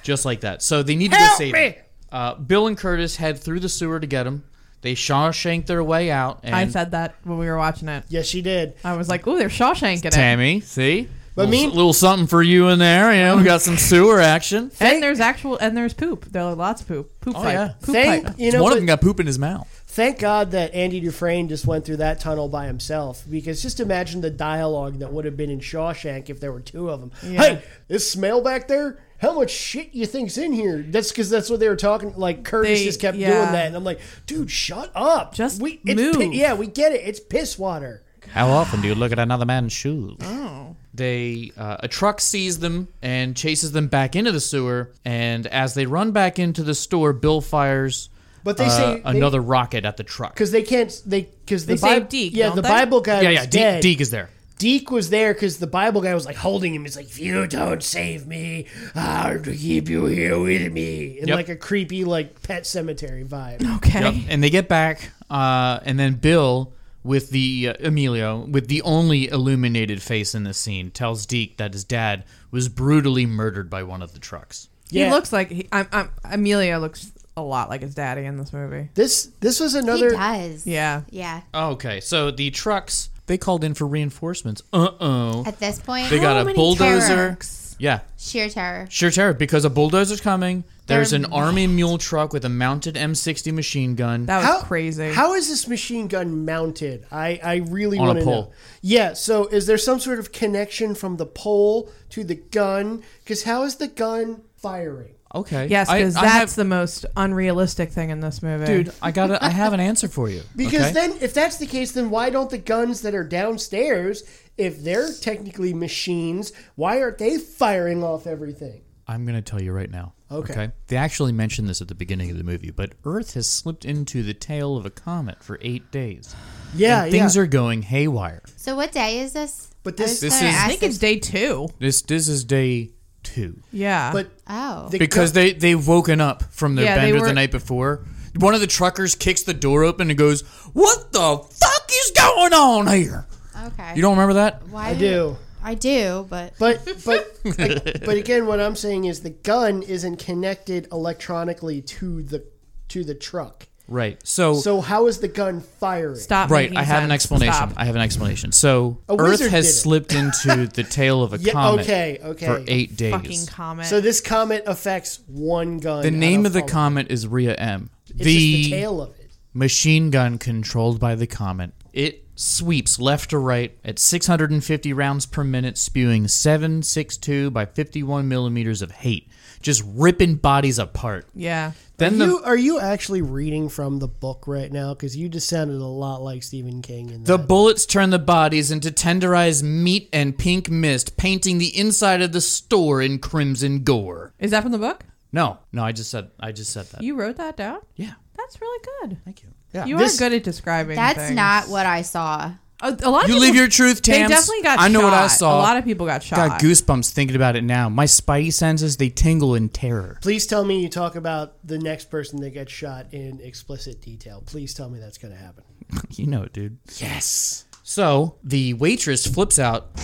E: just like that. So they need to go save him. Uh, Bill and Curtis head through the sewer to get him. They Shawshank their way out. And
B: I said that when we were watching it.
D: Yes, she did.
B: I was like, "Ooh, they're Shawshanking it,"
E: Tammy, see,
D: But
E: little,
D: me-
E: little something for you in there. You know, we got some sewer action.
B: and there's actual and there's poop. There are lots of poop. Poop
E: Oh,
B: pipe.
E: yeah.
B: Poop
D: Thank
B: pipe.
D: you know.
E: One of
D: but
E: them got poop in his mouth.
D: thank God that Andy Dufresne just went through that tunnel by himself because just imagine the dialogue that would have been in Shawshank if there were two of them. Hey, this smell back there. How much shit you think's in here? That's because that's what they were talking. Like Curtis
B: They-
D: just kept
B: yeah.
D: doing that, and I'm like, dude, shut up.
B: Just
D: we it's pi-
B: move.
D: yeah, we get it. It's piss water.
E: How often do you look at another man's shoes? Oh. They uh, a truck sees them and chases them back into the sewer. And as they run back into the store, Bill fires
D: But they
E: uh,
D: say they-
E: another rocket at the truck.
D: because they can't they because the
B: They say
D: Bib-
B: Deke,
D: yeah
B: don't
D: the
B: they?
D: Bible guy
E: Yeah,
D: was
E: yeah.
D: dead.
E: Deke, Deke is there.
D: Deke was there because the Bible guy was like holding him. He's like, "If you don't save me, I'll keep you here with me," and
E: Yep.
D: like a creepy like pet cemetery vibe.
B: Okay.
E: Yep. And they get back, uh, and then Bill with the uh, Emilio with the only illuminated face in the scene tells Deke that his dad was brutally murdered by one of the trucks.
D: Yeah,
B: He looks like he, I'm, I'm, Amelia looks a lot like his daddy in this movie.
D: this this was
C: He
D: another
C: does.
B: Yeah.
C: Yeah.
E: Okay, so the trucks they called in for reinforcements. Uh oh,
C: At this point,
E: they got a bulldozer. Yeah,
C: Sheer terror.
E: sure terror because a bulldozer's coming. There's an army mule truck with a mounted M60 machine gun.
B: That was
D: How-
B: crazy.
D: How is this machine gun mounted? I I really
E: On a
D: want to know.
E: pole.
D: Yeah. So is there some sort of connection from the pole to the gun? Because how is the gun firing?
E: [laughs] okay,
B: yes,
E: I-
B: because
E: I
B: that's
E: have-
B: the most unrealistic thing in this movie.
E: [laughs] dude. I got. I have an answer for you
D: Because
E: okay?
D: then, if that's the case, then why don't the guns that are downstairs, if they're technically machines, why aren't they firing off everything?
E: I'm going to tell you right now.
D: Okay.
E: They actually mentioned this at the beginning of the movie, but Earth has slipped into the tail of a comet for eight days.
D: Yeah,
E: and things are going haywire.
C: So what day is this?
D: But
C: I was
D: this,
E: This
C: gonna
E: is-
B: I
C: ask
B: think it's day two.
E: This this is day two
B: Yeah.
D: but
C: Oh.
D: the
E: because
D: gun-
E: they they've woken up from their
B: Yeah, they
E: bender
B: were-
E: the night before. One of the truckers kicks the door open and goes, "What the fuck is going on here?"
C: okay.
E: You don't remember that?
C: Why
D: I do.
C: I do, but
D: But but [laughs] but again, what I'm saying is the gun isn't connected electronically to the to the truck.
E: Right. So,
D: So how is the gun firing?
B: Stop.
E: right,
B: making
E: I have an
B: sense.
E: explanation.
B: Stop.
E: I have an explanation. So
D: A
E: Earth
D: wizard did it.
E: has slipped
D: [laughs]
E: into the tail of a
D: Yeah,
E: comet
D: okay, okay.
E: for eight days.
B: Fucking comment.
D: So this comet affects one gun.
E: The
D: out
E: name of the
D: all
E: comet is Rhea M.
D: It's
E: the
D: just the tail of it.
E: machine gun controlled by the comet. It sweeps left to right at 650 rounds per minute, spewing 762 by 51 millimeters of hate, just ripping bodies apart.
B: Yeah.
E: Then
D: Are
E: the
D: you, are you actually reading from the book right now? Because you just sounded a lot like Stephen King. In
E: The
D: that.
E: bullets turn the bodies into tenderized meat and pink mist, painting the inside of the store in crimson gore.
B: Is that from the book?
E: No, no, I just said I just said that.
B: You wrote that down?
E: yeah,
B: That's really good.
E: thank you. Yeah,
B: You
D: This-
B: are good at describing
C: That's
B: things.
C: not what I saw.
B: A, a lot of
E: You
B: people-
E: live your truth,
B: They
E: Tams.
B: definitely got
E: I know what I
B: shot.
E: saw.
B: A lot of people got shot.
E: got goosebumps thinking about it now. My spidey senses they tingle in terror. [laughs]
D: Please tell me you talk about the next person that gets shot in explicit detail. Please tell me that's going to happen.
E: You know it, dude. Yes. So the waitress flips
B: [laughs]
E: out
J: you!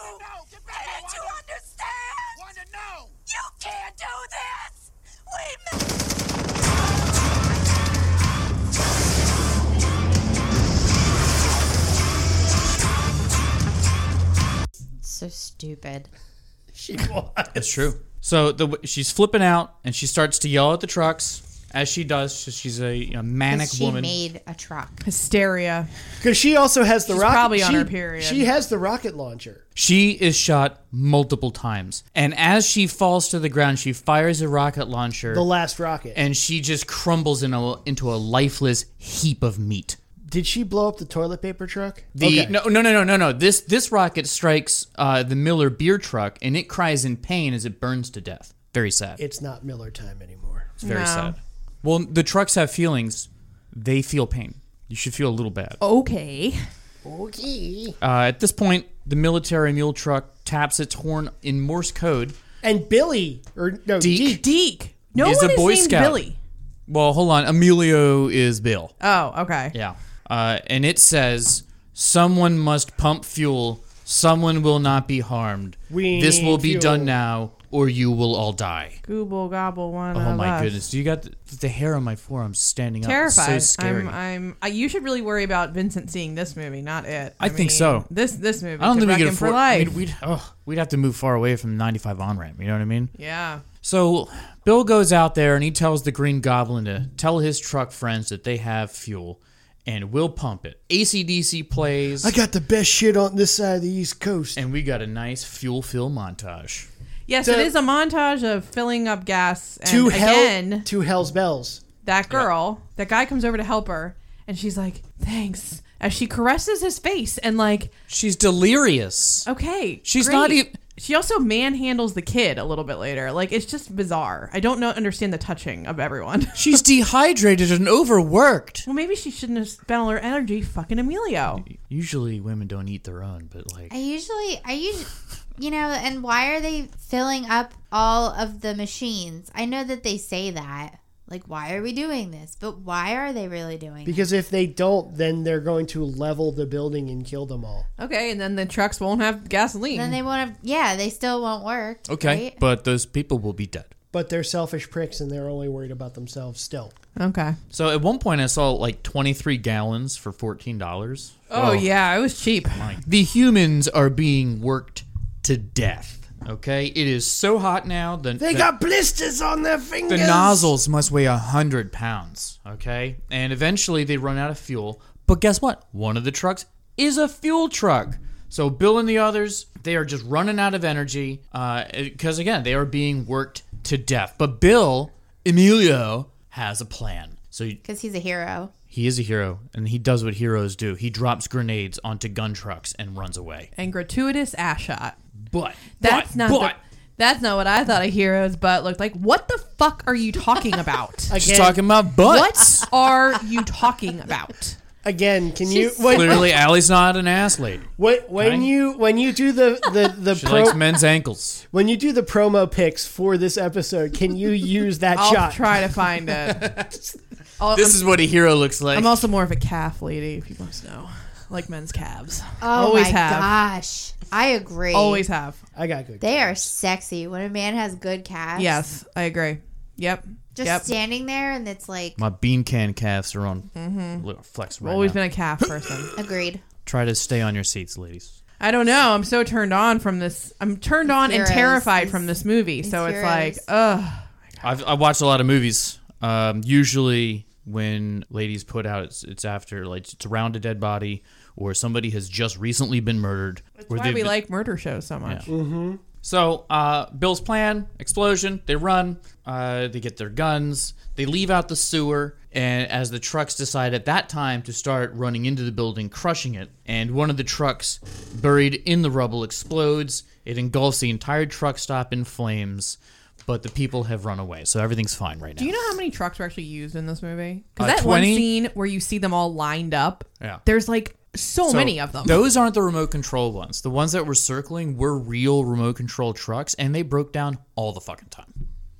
J: Didn't you understand? Wanna know? You can't do this! We
C: So stupid.
D: She was.
E: It's true. So the w- she's flipping out and she starts to yell at the trucks as she does. So she's a, a manic
C: 'Cause She
E: woman.
C: made a truck.
B: Hysteria.
D: Because she also has the
B: She's
D: rocket.
B: probably on
D: she-
B: her period.
D: She has the rocket launcher.
E: She is shot multiple times, and as she falls to the ground, she fires a rocket launcher,
D: The last rocket.
E: and she just crumbles in a, into a lifeless heap of meat.
D: Did she blow up the toilet paper truck?
E: The
D: Okay.
E: no no no no no no this this rocket strikes uh, the Miller beer truck, and it cries in pain as it burns to death. Very sad.
D: It's not Miller time anymore.
E: It's very sad. Well, the trucks have feelings; they feel pain. You should feel a little bad.
D: Oh.
B: Okay.
D: Okay.
E: Uh, at this point, the military mule truck taps its horn in Morse code.
D: And Billy, or no,
E: Deke.
D: Deke.
B: Deke. No
E: He's
B: one
E: a
B: is
E: Boy
B: named
E: Scout.
B: Billy.
E: Well, hold on. Emilio is Bill.
B: Oh, okay.
E: Yeah. Uh, and it says, Someone must pump fuel. Someone will not be harmed.
D: We
E: this will
D: need
E: be
D: fuel."
E: done now, or you will all die.
B: Gooble gobble one. uh,
E: Oh,
B: of
E: my
B: us.
E: goodness. You got the, the hair on my forearm standing up.
B: Terrified.
E: It's so scary.
B: I'm. I'm. I, you should really worry about Vincent seeing this movie, not it.
E: I think so.
B: This this movie.
E: I don't
B: could
E: think we
B: wreck
E: could
B: him for
E: afford. I
B: life.
E: mean, we'd, oh, we'd have to move far away from 95 on ramp. You know what I mean?
B: yeah.
E: So Bill goes out there and he tells the Green Goblin to tell his truck friends that they have fuel and we'll pump it. ACDC plays,
D: I got the best shit on this side of the East Coast.
E: and we got a nice fuel fill montage.
B: Yes,
D: To-
B: it is a montage of filling up gas. And
D: to
B: again,
D: hell, to hell's bells.
B: that girl, that guy comes over to help her, and she's like, "Thanks." As she caresses his face and like,
E: She's [laughs] delirious.
B: okay,
E: She's
B: great.
E: not even-
B: She also manhandles the kid a little bit later. Like it's just bizarre. I don't know understand the touching of everyone. [laughs]
E: She's dehydrated and overworked.
B: well, maybe she shouldn't have spent all her energy fucking Emilio.
E: Usually women don't eat their own, but like
C: I usually, I usually, you know, and why are they filling up all of the machines? I know that they say that. Like, why are we doing this? But why are they really doing it?
D: Because if they don't, then they're going to level the building and kill them all.
B: Okay, and then the trucks won't have gasoline.
C: Then they won't have, yeah, they still won't work.
E: okay,
C: right?
E: but those people will be dead.
D: But they're selfish pricks and they're only worried about themselves still.
B: okay.
E: So at one point I saw like 23 gallons for $14.
B: Oh, yeah, it was cheap.
E: The humans are being worked to death. Okay, it is so hot now. The, the,
D: blisters on their
E: the
D: fingers.
E: nozzles must weigh a hundred pounds. Okay, and eventually they run out of fuel. But guess what? One of the trucks is a fuel truck. So Bill and the others, they are just running out of energy because again they are being worked to death. But Bill Emilio has a plan. So
C: Because he's a hero.
E: he is a hero, and he does what heroes do. He drops grenades onto gun trucks and runs away.
B: And gratuitous ass shot.
E: But
B: That's
E: but,
B: not
E: But,
B: the- that's not what I thought a hero's butt looked like. What the fuck are you
E: [laughs]
B: talking about?
E: She's talking about butts.
B: what are you talking about?
D: Again, can you
B: She's
D: when,
E: Clearly, Allie's not an ass lady.
D: when, when
E: Okay.
D: you when you do the the the
E: [laughs] She
D: pro,
E: likes men's ankles.
D: when you do the promo pics for this episode? Can you use that
B: I'll
D: shot?
B: try to find it.
E: [laughs]
B: I'll- I'm,
E: what a hero looks like.
B: I'm also more of a calf lady, if you must know. Like men's calves.
C: Oh
B: Always
C: my
B: have.
C: gosh. I agree.
B: Always have.
D: I got good.
C: They are sexy. When a man has good calves.
B: Yes, I agree. Yep.
C: Just
B: yep.
C: standing there and it's like,
E: My bean can calves are on
B: Mm-hmm.
E: look, flex right
B: Always
E: now.
B: been a calf person.
C: [laughs] agreed.
E: Try to stay on your seats, ladies.
B: I don't know. I'm so turned on from this. I'm turned on
C: Heroes.
B: and terrified
C: These-
B: from this movie. So
C: these
B: it's like, oh,
C: heroes.
B: ugh.
E: I've I watched a lot of movies. Um, usually, when ladies put out, it's, it's after like it's around a dead body or somebody has just recently been murdered.
B: That's why we like murder shows so much.
E: So uh, Bill's plan: explosion. They run. Uh, they get their guns. They leave out the sewer, and as the trucks decide at that time to start running into the building, crushing it, and one of the trucks buried in the rubble explodes. It engulfs the entire truck stop in flames, but the people have run away, so everything's fine right now.
B: Do you know how many trucks were actually used in this movie? Because
E: Uh,
B: that one
E: 20?
B: scene where you see them all lined up,
E: Yeah.
B: there's like so,
E: So,
B: many of them.
E: Those aren't the remote control ones. The ones that were circling were real remote control trucks, and they broke down all the fucking time.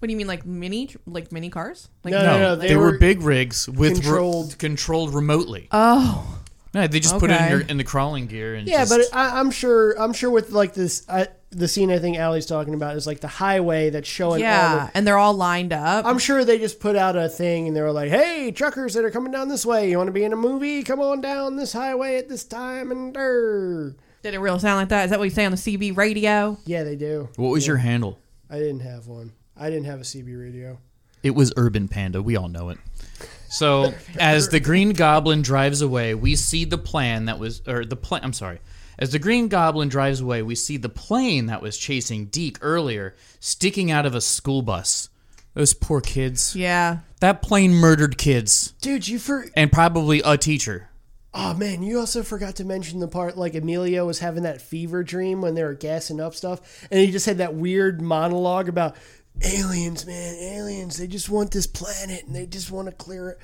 B: what do you mean, like mini, like mini cars? Like
D: No, no, no.
E: they,
D: They,
E: were,
D: were
E: big rigs with controlled
D: controlled-
E: controlled remotely.
B: oh,
E: no, they just put it in,
B: okay.
E: your, in the crawling gear and
D: Yeah,
E: just-
D: but I, I'm sure. I'm sure with like this, I, the scene I think Allie's talking about is like the highway that's showing. All
B: yeah,
D: the,
B: and they're all lined up.
D: I'm sure they just put out a thing and they were like, "Hey, truckers that are coming down this way, you want to be in a movie? Come on down this highway at this time." And er."
B: Did it really sound like that? Is that what you say on the CB radio?
D: yeah, they do.
E: what was your handle?
D: I didn't have one. I didn't have a CB radio.
E: It was Urban Panda. We all know it. [laughs] So as the Green Goblin drives away, we see the plan that was, or the plan. I'm sorry. As the Green Goblin drives away, we see the plane that was chasing Deke earlier sticking out of a school bus. Those poor kids.
B: Yeah.
E: That plane murdered kids
D: Dude, you for
E: and probably a teacher.
D: oh man, you also forgot to mention the part like Emilio was having that fever dream when they were gassing up stuff, and he just had that weird monologue about aliens, man, aliens. They just want this planet, and they just want to clear it,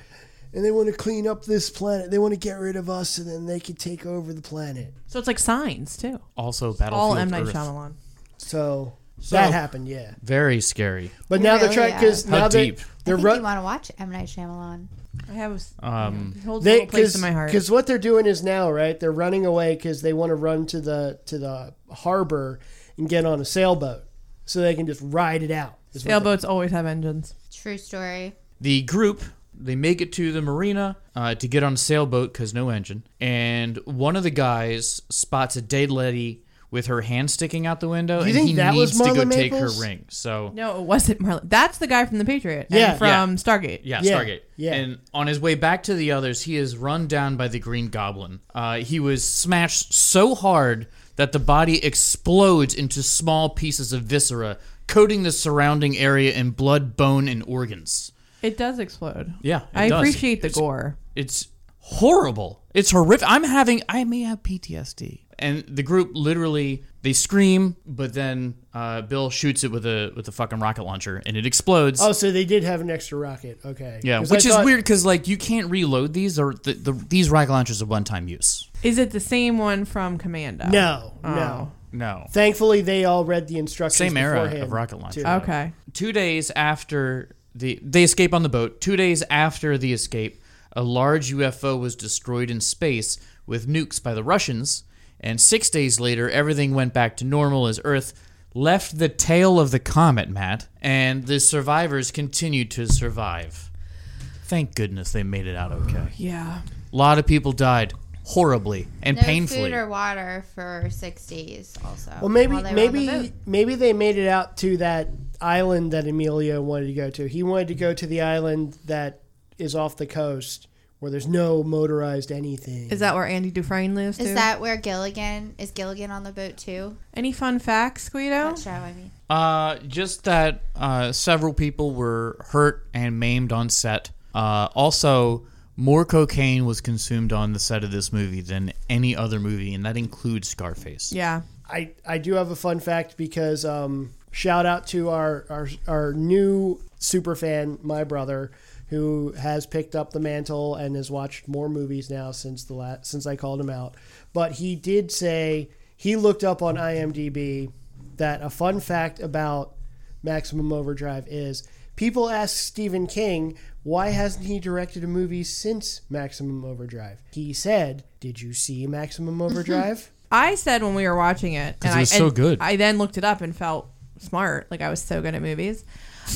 D: and they want to clean up this planet. They want to get rid of us, and then they can take over the planet.
B: So it's like signs too.
E: Also, Battlefield
B: All M Night
E: Earth.
B: Shyamalan.
D: So, that happened, yeah.
E: Very scary.
D: But now they're
C: Really,
D: trying because
C: yeah.
E: How
D: now they
E: deep?
D: they're
C: I think
D: ru-
C: you want to watch M Night Shyamalan.
B: I have. a
E: Um,
B: it holds a
D: they
B: little place in my heart.
D: because what they're doing is now right they're running away because they want to run to the to the harbor and get on a sailboat so they can just ride it out is what they-
B: Sailboats always have engines.
C: True story.
E: the group they make it to the marina uh, to get on a sailboat because no engine and one of the guys spots a dead lady with her hand sticking out the window and
D: think
E: he
D: that was
E: needs to go
D: Marla
E: take her
D: Maples?
E: ring so
B: No, it wasn't Marlon. That's the guy from The Patriot. and
D: Yeah.
B: from
E: Yeah.
B: Stargate.
E: yeah,
D: Yeah,
E: Stargate.
D: yeah.
E: And on his way back to the others, he is run down by the Green Goblin. Uh, he was smashed so hard that the body explodes into small pieces of viscera, coating the surrounding area in blood, bone, and organs.
B: It does explode.
E: Yeah, it
B: I
E: does.
B: appreciate the
E: It's-
B: gore.
E: It's horrible. It's horrific. I'm having. I may have PTSD. And the group literally they scream, but then uh, Bill shoots it with a with a fucking rocket launcher, and it explodes.
D: oh so they did have an extra rocket okay
E: yeah,
D: 'Cause
E: which
D: I
E: is
D: thought-
E: weird because like you can't reload these, or the, the, these rocket launchers are one time use.
B: Is it the same one from Commando?
D: no
B: Oh.
D: no
E: No.
D: thankfully they all read the instructions
E: Same era
D: beforehand
E: of rocket launcher.
D: too.
B: Okay.
E: Two days after the they escape on the boat. Two days after the escape, a large UFO was destroyed in space with nukes by the Russians. And six days later, everything went back to normal as Earth left the tail of the comet, Matt, and the survivors continued to survive. Thank goodness they made it out okay.
B: Yeah.
E: A lot of people died horribly and
C: No
E: painfully.
C: food or water for six days. Also,
D: well maybe
C: while they were on the
D: maybe
C: boat.
D: maybe they made it out to that island that emilio wanted to go to he wanted to go to the island that is off the coast where there's no motorized anything
B: Is that where Andy Dufresne lives?
C: Is
B: too?
C: that where Gilligan is Gilligan on the boat too?
B: any fun facts, Guido?
C: That show, I mean.
E: Uh, just that uh, several people were hurt and maimed on set. Uh, also, more cocaine was consumed on the set of this movie than any other movie, and that includes Scarface.
B: Yeah.
D: I, I do have a fun fact because um, shout out to our, our our new super fan, my brother, who has picked up the mantle and has watched more movies now since the last since I called him out. But he did say he looked up on IMDb that a fun fact about Maximum Overdrive is people ask Stephen King why hasn't he directed a movie since Maximum Overdrive. He said, "Did you see Maximum Overdrive?"
B: I said when we were watching it, and
E: it
B: I
E: was so
B: and
E: good.
B: I then looked it up and felt smart, like I was so good at movies.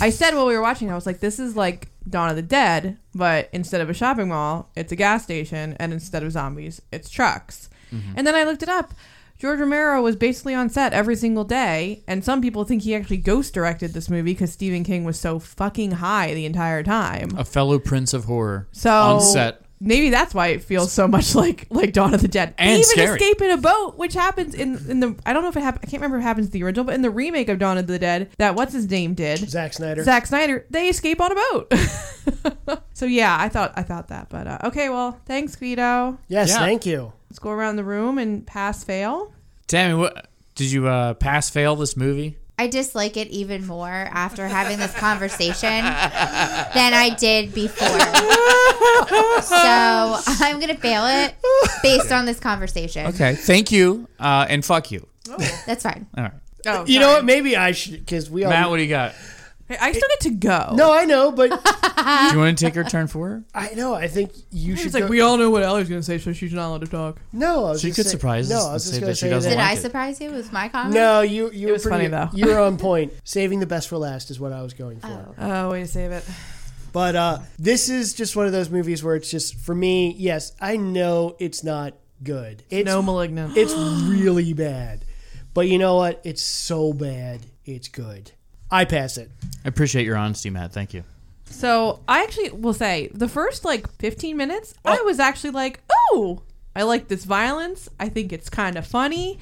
B: I said while we were watching, I was like, "This is like Dawn of the Dead, but instead of a shopping mall, it's a gas station, and instead of zombies, it's trucks."
E: Mm-hmm.
B: And then I looked it up. George Romero was basically on set every single day, and some people think he actually ghost directed this movie because Stephen King was so fucking high the entire time.
E: A fellow prince of horror
B: So
E: on set.
B: Maybe that's why it feels so much like like Dawn of the Dead. They
E: And
B: even
E: scary.
B: escape in a boat, which happens in in the I don't know if it happened. I can't remember if it happens in the original, but in the remake of Dawn of the Dead, that what's his name did
D: Zack Snyder.
B: Zack Snyder, they escape on a boat. [laughs] so yeah, I thought I thought that, but uh, okay, well, thanks, Guido.
D: Yes,
E: Yeah.
D: thank you.
B: Let's go around the room and pass fail.
E: Tammy, what did you uh, pass fail this movie?
C: I dislike it even more after having this conversation
D: [laughs]
C: than I did before. so I'm gonna fail it based on this conversation.
E: Okay, thank you uh, and fuck you.
C: That's fine.
E: All right,
B: Oh,
D: You know what? Maybe I should because we all.
E: Matt, what do you got?
B: what? I still get to go.
D: no, I know, but
E: [laughs]
D: [laughs]
E: Do you want to take her turn for her?
D: I know. I think you should.
B: It's like
D: go-
B: we all know what Ellie's gonna say, so she's not allowed to talk.
D: No, I was
E: She
D: just
E: could
D: say-
E: surprise us
D: No, I
E: and
D: was just
E: say
D: gonna
E: that she
D: say
E: doesn't
C: Did
E: want
D: that-
C: I
E: it.
C: surprise you with my comment?
D: No, you you were
B: was
D: pretty,
B: funny, though.
D: You were on point. Saving the best for last is what I was going for.
C: Oh.
B: Oh, way to save it.
D: But uh, this is just one of those movies where it's just for me. Yes, I know it's not good. It's
B: no malignant.
D: it's really bad. But you know what? It's so bad. It's good. I pass it.
E: I appreciate your honesty, Matt. Thank you.
B: So I actually will say the first like 15 minutes, I was actually like, oh, I like this violence. I think it's kind of funny.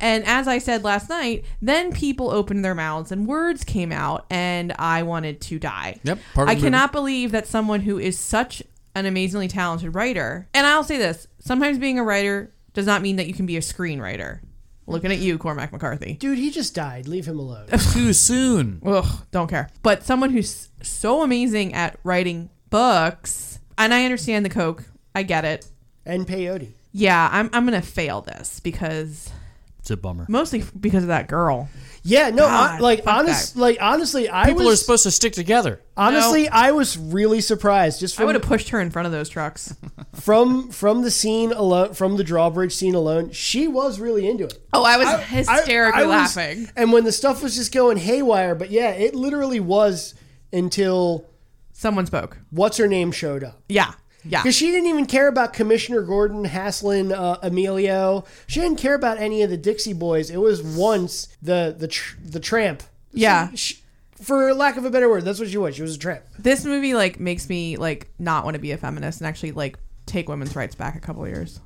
B: And as I said last night, then people opened their mouths and words came out, and I wanted to die.
E: Yep, part of
B: I
E: the movie.
B: cannot believe that someone who is such an amazingly talented writer, and I'll say this sometimes being a writer does not mean that you can be a screenwriter. Looking at you, Cormac McCarthy.
D: Dude, he just died. Leave him alone.
E: Too soon.
B: ugh, don't care. But someone who's so amazing at writing books, and I understand the Coke, I get it.
D: and peyote.
B: Yeah, I'm, I'm gonna fail this because
E: It's a bummer.
B: mostly f- because of that girl.
D: Yeah, no, I,
B: God,
D: like
B: fuck
D: honest, like honestly, I
E: People are
D: was
E: supposed to stick together.
D: honestly, I was really surprised just
B: I would
D: from
B: have pushed her in front of those trucks.
D: from from the scene alone, from the drawbridge scene alone. She was really into it.
B: Oh, I was
D: I-
B: hysterically
D: I was-
B: laughing.
D: and when the stuff was just going haywire, but yeah, it literally was until
B: Someone spoke.
D: what's her name showed up.
B: Yeah, yeah.
D: Because she didn't even care about Commissioner Gordon, Haslin, uh, Emilio. She didn't care about any of the Dixie Boys. It was once the the tr- the tramp.
B: Yeah.
D: She- for lack of a better word, that's what she was. She was a tramp.
B: This movie like makes me like not want to be a feminist and actually like take women's rights back a couple of years.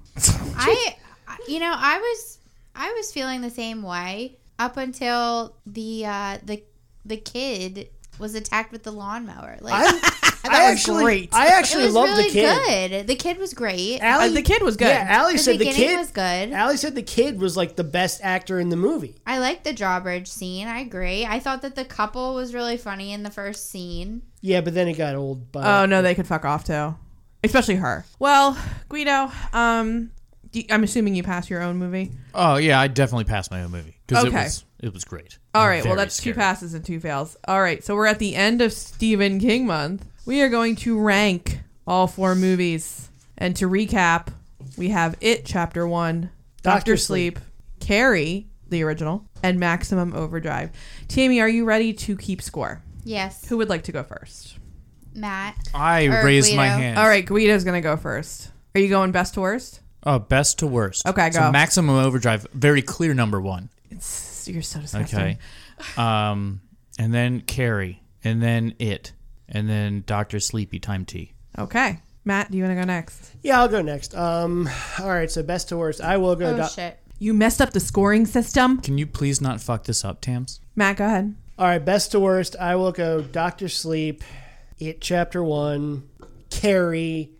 C: I, you know, I was, I was feeling the same way up until the uh, the the kid was attacked with the lawnmower. Like
D: I, I
B: was
D: actually,
B: great.
D: I
C: it
D: actually
C: was
D: love
C: really
D: the kid.
C: good. The kid was great.
D: Ally-
B: Uh, the kid was good.
D: Yeah, Allie
C: The
D: said the
C: beginning
D: kid
C: was good.
D: Allie said the kid was like the best actor in the movie.
C: I like the drawbridge scene. I agree. I thought that the couple was really funny in the first scene.
D: Yeah, but then it got old. But
B: Oh [laughs] no, they could fuck off too, especially her. Well, Guido, um, do you- I'm assuming you pass your own movie.
E: Oh yeah, I definitely passed my own movie because
B: Okay.
E: it was it was great.
B: All right, well
E: Very
B: that's
E: scary.
B: two passes and two fails. All right, so we're at the end of Stephen King month. We are going to rank all four movies, and to recap, we have It Chapter One, Doctor
D: Doctor
B: Sleep, Carrie, the original, and Maximum Overdrive. Tammy, are you ready to keep score?
C: Yes,
B: Who would like to go first?
C: Matt.
E: I
C: Or
E: raised my
C: Guido.
E: hand.
B: All right, Guido's gonna go first. Are you going best to worst?
E: Oh, best to worst.
B: Okay,
E: so
B: go.
E: Maximum overdrive, very clear number one.
B: It's, you're so disgusting.
E: Okay. um, and then Carrie, and then it, and then Doctor Sleepy Time T.
B: Okay. Matt, do you want to go next?
D: yeah, I'll go next. Um, all right, so best to worst, I will go.
C: Oh
D: doc-
C: shit.
B: You messed up the scoring system.
E: Can you please not fuck this up, Tams?
B: Matt, go ahead.
D: All right, best to worst, I will go Doctor Sleep, It Chapter One, Carrie,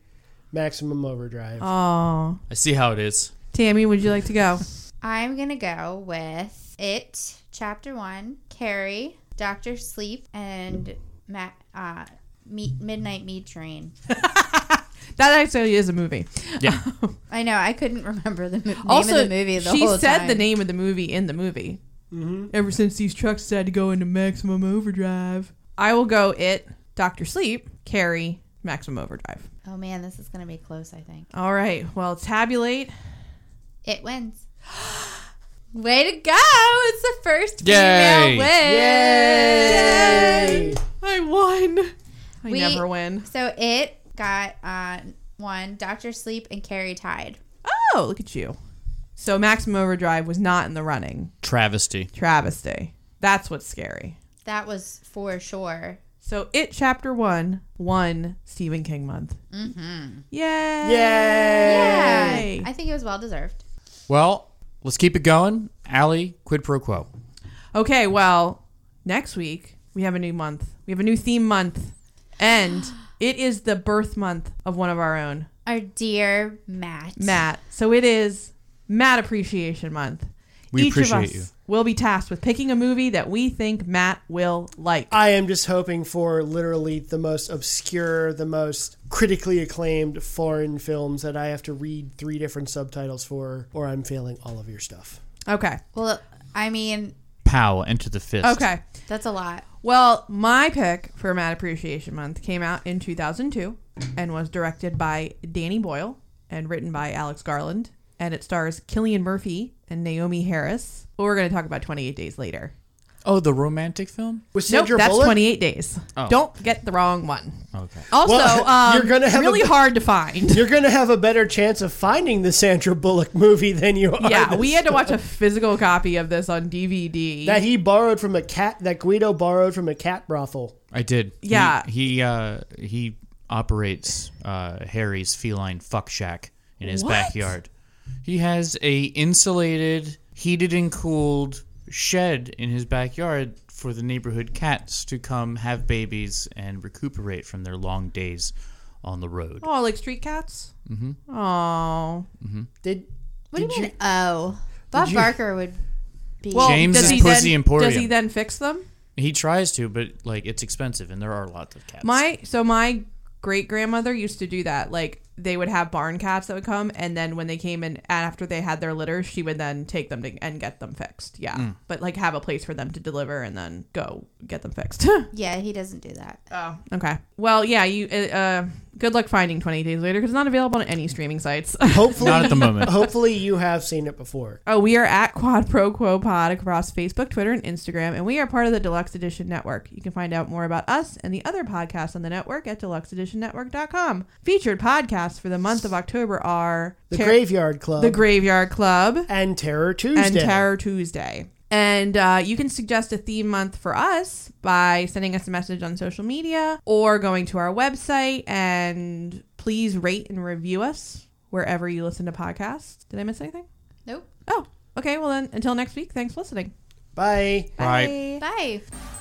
D: Maximum Overdrive.
B: Oh.
E: I see how it is.
B: Tammy, would you like to go?
C: I'm gonna go with it. Chapter one. Carrie, Doctor Sleep, and Matt. Uh, meet Midnight Meat Train.
B: That actually is a movie.
E: Yeah.
C: I know. I couldn't [laughs] remember the mo- name
B: also,
C: of the movie. The
B: she
C: whole
B: said
C: time.
B: the name of the movie in the movie. Ever since these trucks decided to go into maximum overdrive, I will go it, Dr. Sleep, Carrie, maximum overdrive.
C: Oh man, this is gonna be close. I think
B: All right. Well, tabulate.
C: it wins. [gasps] Way to go! It's the first female
E: Yay.
C: win.
D: Yay!
B: I won. I
C: We-
B: never win.
C: So it got uh, one Doctor Sleep and Carrie tied.
B: Oh, look at you. So, maximum overdrive was not in the running.
E: Travesty.
B: travesty. That's what's scary.
C: That was for sure.
B: So it chapter one won Stephen King month. Mm-hmm. Yay!
C: Yeah.
B: Yay!
C: I think it was well deserved.
E: Well, let's keep it going. Allie, quid pro quo.
B: Okay, well, next week we have a new month. We have a new theme month, and it is the birth month of one of our own,
C: Our dear Matt.
B: Matt. So it is Matt Appreciation Month.
E: We
B: Each of
E: appreciate
B: us
E: you.
B: will be tasked with picking a movie that we think Matt will like.
D: I am just hoping for literally the most obscure, the most critically acclaimed foreign films that I have to read three different subtitles for, or I'm failing all of your stuff.
B: Okay.
C: Well, I mean,
E: Pow, enter the fist.
B: Okay.
C: that's a lot.
B: Well, my pick for Mad Appreciation Month came out in 2002 and was directed by Danny Boyle and written by Alex Garland. And it stars Killian Murphy and Naomi Harris. But we're going to talk about 28 Days Later.
E: Oh, the romantic film?
D: With
B: Nope,
D: Sandra
B: that's
D: Bullock? Oh.
B: 28 Days. Don't get the wrong one.
E: Okay.
B: Also,
D: Well, [laughs]
B: um,
D: you're gonna have a
B: really
D: b-
B: hard to
D: [laughs]
B: find.
D: You're going to have a better chance of finding the Sandra Bullock movie than you are.
B: yeah,
D: this-
B: we had to watch
D: [laughs]
B: a physical copy of this on DVD.
D: that he borrowed from a cat that Guido borrowed from a cat brothel.
E: I did. He-
B: Yeah.
E: He he, uh, he operates uh, Harry's feline fuck shack in his backyard. He has a insulated, heated and cooled shed in his backyard for the neighborhood cats to come have babies and recuperate from their long days on the road.
B: oh, like Street Cats? Mm-hmm. Oh.
D: Did
C: What do you mean? Oh, Bob Barker would be.
B: Well,
E: James
B: does
E: is
B: he
E: Pussy
B: then,
E: Emporium.
B: Does he then fix them?
E: He tries to, but like it's expensive and there are lots of cats.
B: My so my great grandmother used to do that. Like they would have barn cats that would come, and then when they came in after they had their litter, she would then take them to, and get them fixed. Yeah, but like have a place for them to deliver and then go get them fixed. [laughs]
C: yeah, he doesn't do that.
B: oh, okay. Well, yeah. You uh, uh, good luck finding Twenty Days Later because it's not available on any streaming sites. [laughs]
D: hopefully
E: Not at the
D: [laughs]
E: moment.
D: Hopefully you have seen it before.
B: Oh, we are at [laughs] Quad Pro Quo Pod across Facebook, Twitter, and Instagram, and we are part of the Deluxe Edition Network. You can find out more about us and the other podcasts on the network at deluxeeditionnetwork.com. Featured podcasts for the month of October are
D: The
B: Ter-
D: Graveyard Club
B: The Graveyard Club
D: and Terror Tuesday.
B: and Terror Tuesday. And uh, you can suggest a theme month for us by sending us a message on social media or going to our website. And please rate and review us wherever you listen to podcasts. Did I miss anything?
C: Nope.
B: Oh, okay. Well, then until next week, thanks for listening.
D: Bye.
E: Right.
C: Bye.